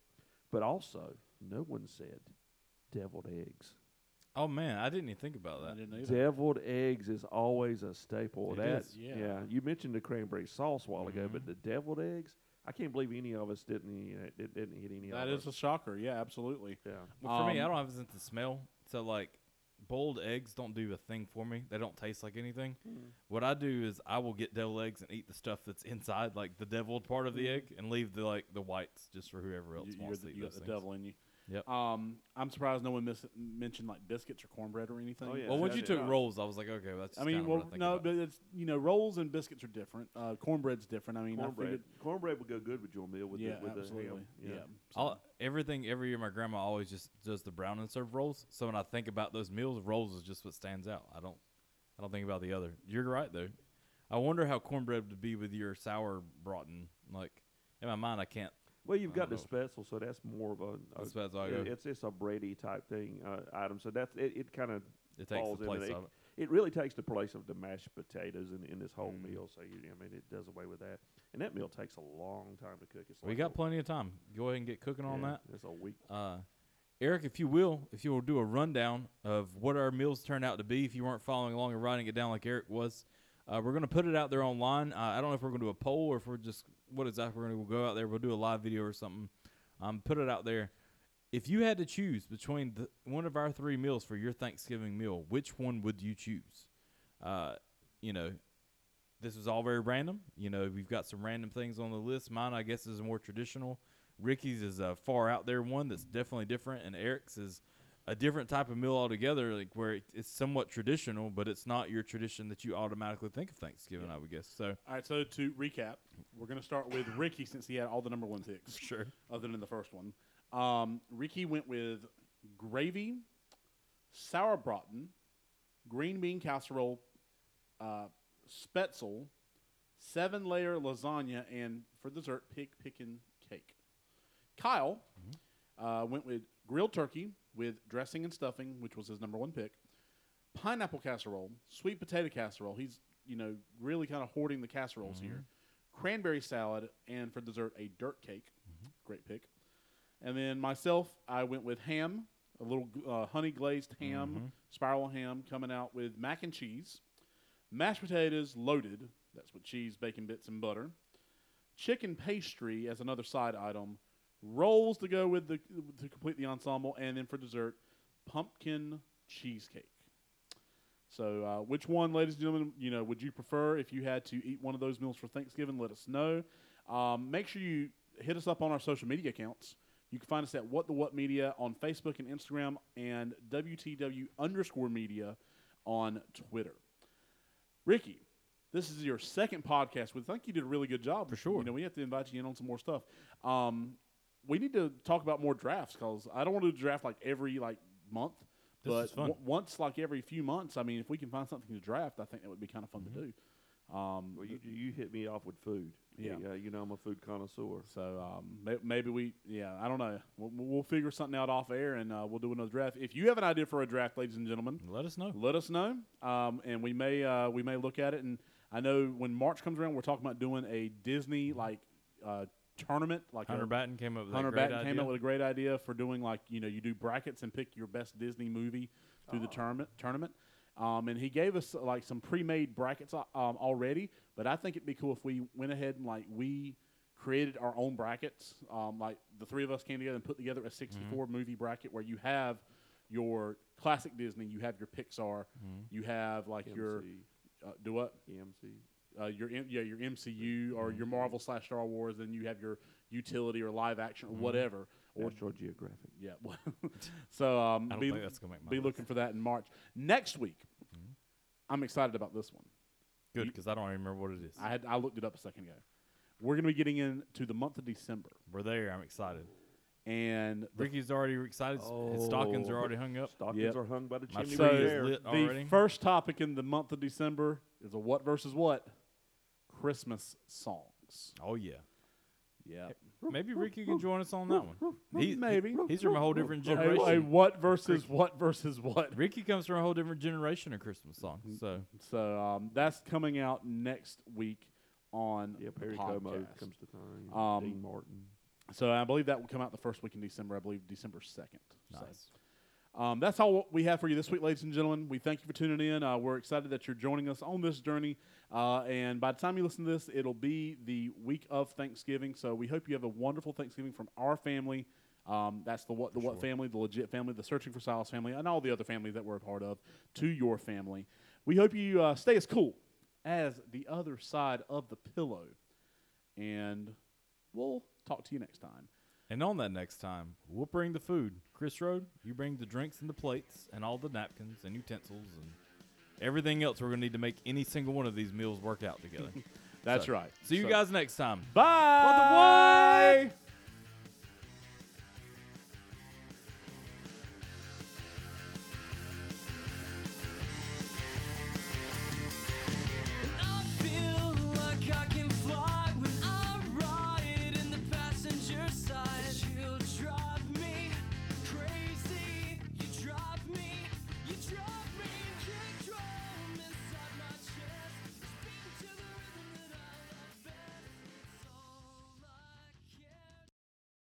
Speaker 4: But also, no one said deviled eggs.
Speaker 2: Oh man, I didn't even think about
Speaker 3: I
Speaker 2: that.
Speaker 3: didn't either.
Speaker 4: Deviled eggs is always a staple.
Speaker 2: It
Speaker 4: That's
Speaker 2: is,
Speaker 3: yeah. Mm-hmm.
Speaker 4: You mentioned the cranberry sauce a while ago, but the deviled eggs, I can't believe any of us didn't eat it. It didn't hit any
Speaker 3: That
Speaker 4: of
Speaker 3: is a
Speaker 4: us.
Speaker 3: shocker. Yeah, absolutely.
Speaker 4: yeah.
Speaker 2: Well, for me, I
Speaker 3: Um,
Speaker 2: don't have a sense of smell, so like boiled eggs don't do a thing for me. They don't taste like anything.
Speaker 3: Hmm.
Speaker 2: What I do is I will get deviled eggs and eat the stuff that's inside, like the deviled part of the egg, and leave the like the whites just for whoever
Speaker 3: Hmm.
Speaker 2: else
Speaker 3: You, you're
Speaker 2: wants
Speaker 3: the,
Speaker 2: to eat
Speaker 3: you got the
Speaker 2: those things.
Speaker 3: devil in you.
Speaker 2: Yep.
Speaker 3: Um, I'm surprised no one mis- mentioned like biscuits or cornbread or anything.
Speaker 4: Oh, yeah.
Speaker 2: Well, when
Speaker 4: That's
Speaker 2: you
Speaker 4: it.
Speaker 2: took rolls, I was like, okay, well, that's. Just
Speaker 3: I mean,
Speaker 2: kinda what
Speaker 3: well,
Speaker 2: I think
Speaker 3: no,
Speaker 2: about.
Speaker 3: but it's you know rolls and biscuits are different. Uh, cornbread's different. I mean, I
Speaker 4: Cornbread.
Speaker 3: figured,
Speaker 4: Cornbread would go good with your meal with
Speaker 3: yeah,
Speaker 4: the, with
Speaker 3: absolutely.
Speaker 4: the ham.
Speaker 3: yeah. so-
Speaker 2: I'll, everything every year, my grandma always just does the brown and serve rolls. So when I think about those meals, rolls is just what stands out. I don't, I don't think about the other. You're right though. I wonder how cornbread would be with your sour braten. Like in my mind, I can't.
Speaker 4: Well, you've
Speaker 2: I
Speaker 4: got the
Speaker 2: don't
Speaker 4: spetzl, so that's more of a. a-
Speaker 2: That's about as I
Speaker 4: it-
Speaker 2: go.
Speaker 4: it's it's a bready type thing uh, item. So that's it. It kind of
Speaker 2: It takes
Speaker 4: falls
Speaker 2: the
Speaker 4: into
Speaker 2: place
Speaker 4: the-
Speaker 2: of it.
Speaker 4: It really takes the place of the mashed potatoes in, in this
Speaker 3: Mm.
Speaker 4: whole meal. So you, I mean, it does away with that. And that meal takes a long time to cook. It's
Speaker 2: We
Speaker 4: like
Speaker 2: got
Speaker 4: a,
Speaker 2: plenty of time. Go ahead and get cooking on
Speaker 4: yeah,
Speaker 2: that.
Speaker 4: It's a week.
Speaker 2: Uh, Eric, if you will, if you will do a rundown of what our meals turned out to be, if you weren't following along and writing it down like Eric was, uh, we're going to put it out there online. Uh, I don't know if we're going to do a poll or if we're just what exactly we're going to go out there. We'll do a live video or something. Um, put it out there. If you had to choose between the, one of our three meals for your Thanksgiving meal, which one would you choose? Uh, you know, this was all very random. You know, we've got some random things on the list. Mine, I guess, is more traditional. Ricky's is a far out there one that's definitely different, and Eric's is a different type of meal altogether, like where it, it's somewhat traditional, but it's not your tradition that you automatically think of Thanksgiving. I would guess so.
Speaker 3: All right, so to recap, we're going to start with Ricky since he had all the number one picks.
Speaker 2: Sure.
Speaker 3: Other than the first one. Um, Ricky went with gravy, sour braten, green bean casserole, uh, spetzel, seven layer lasagna, and for dessert, pig pickin' cake. Kyle uh, went with grilled turkey with dressing and stuffing, which was his number one pick, pineapple casserole, sweet potato casserole. He's, you know, really kind of hoarding the casseroles here. Cranberry salad, and for dessert, a dirt cake. Great pick. And then myself, I went with ham, a little uh, honey glazed ham, spiral ham, coming out with mac and cheese, mashed potatoes loaded. That's with cheese, bacon bits, and butter. Chicken pastry as another side item, rolls to go with the to complete the ensemble, and then for dessert, pumpkin cheesecake. So, uh, which one, ladies and gentlemen, you know, would you prefer if you had to eat one of those meals for Thanksgiving? Let us know. Um, make sure you hit us up on our social media accounts. You can find us at What the What Media on Facebook and Instagram, and WTW underscore Media on Twitter. Ricky, this is your second podcast. We think you did a really good job.
Speaker 2: For sure.
Speaker 3: You know, we have to invite you in on some more stuff. Um, we need to talk about more drafts because I don't want to do draft like every like month.
Speaker 2: This
Speaker 3: but
Speaker 2: is fun.
Speaker 3: on- once like every few months, I mean, if we can find something to draft, I think that would be kind of fun
Speaker 2: Mm-hmm.
Speaker 3: to do. Um,
Speaker 4: Well, you you hit me off with food.
Speaker 3: Yeah.
Speaker 4: yeah. You know, I'm a food connoisseur.
Speaker 3: So um, may- maybe we, yeah, I don't know. We'll, we'll figure something out off air and uh, we'll do another draft. If you have an idea for a draft, ladies and gentlemen,
Speaker 2: Let us know.
Speaker 3: let us know, um, and we may uh, we may look at it. And I know when March comes around, we're talking about doing a Disney like uh, tournament, like
Speaker 2: Hunter
Speaker 3: a,
Speaker 2: Batten came up with
Speaker 3: uh, Hunter
Speaker 2: that great
Speaker 3: Batten
Speaker 2: idea.
Speaker 3: came up with a great idea for doing like you know you do brackets and pick your best Disney movie through the tournament tournament. Um, and he gave us uh, like some pre-made brackets uh, um, already, but I think it'd be cool if we went ahead and like we created our own brackets. Um, like the three of us came together and put together a
Speaker 2: Mm-hmm.
Speaker 3: 64 movie bracket where you have your classic Disney, you have your Pixar,
Speaker 2: Mm-hmm.
Speaker 3: you have like your
Speaker 4: MC,
Speaker 3: uh, do what
Speaker 4: EMC.
Speaker 3: uh, your M- yeah your MCU or
Speaker 2: Mm-hmm.
Speaker 3: your Marvel slash Star Wars, then you have your utility or live action
Speaker 2: Mm-hmm.
Speaker 3: or whatever. Or
Speaker 4: National Geographic.
Speaker 3: yeah, well, so um,
Speaker 2: I don't
Speaker 3: be,
Speaker 2: think that's gonna Mm-hmm. make my
Speaker 3: be
Speaker 2: list.
Speaker 3: looking for that in March next week. I'm excited about this one.
Speaker 2: Good because I don't even remember what it is.
Speaker 3: I had I looked it up a second ago. We're going to be getting into the month of December.
Speaker 2: We're there. I'm excited.
Speaker 3: and the Oh.
Speaker 2: Ricky's already excited. His- His stockings are already hung up.
Speaker 4: Stockings
Speaker 3: Yep.
Speaker 4: are hung by the
Speaker 2: My
Speaker 4: chimney.
Speaker 2: tree
Speaker 4: right
Speaker 3: So-
Speaker 2: is
Speaker 4: there.
Speaker 2: lit
Speaker 3: the
Speaker 2: already.
Speaker 3: first topic in the month of December is a what versus what Christmas songs.
Speaker 2: oh yeah.
Speaker 3: Yeah,
Speaker 2: Maybe Ricky can join us on that one. He,
Speaker 3: maybe.
Speaker 2: he's from a whole different
Speaker 3: a, a
Speaker 2: generation.
Speaker 3: what versus what versus what.
Speaker 2: Ricky comes from a whole different generation of Christmas songs. So
Speaker 3: So um, that's coming out next week on
Speaker 4: Yeah,
Speaker 3: the
Speaker 4: Perry Como
Speaker 3: podcast.
Speaker 4: comes to time.
Speaker 3: Um,
Speaker 4: Dean Martin.
Speaker 3: So I believe that will come out the first week in December. I believe December second.
Speaker 2: nice.
Speaker 3: Um, that's all we have for you this week, ladies and gentlemen. We thank you for tuning in. Uh, we're excited that you're joining us on this journey. Uh, and by the time you listen to this, it'll be the week of Thanksgiving. So we hope you have a wonderful Thanksgiving from our family. Um, that's the what the what family, the legit family, the searching for Silas family, and all the other families that we're a part of. To your family, we hope you uh, stay as cool as the other side of the pillow, and we'll talk to you next time.
Speaker 2: And on that next time, we'll bring the food. Chris Road, you bring the drinks and the plates and all the napkins and utensils and everything else we're going to need to make any single one of these meals work out together.
Speaker 3: That's
Speaker 2: So,
Speaker 3: right.
Speaker 2: See you
Speaker 3: So-
Speaker 2: guys next time.
Speaker 3: Bye.
Speaker 2: What the what?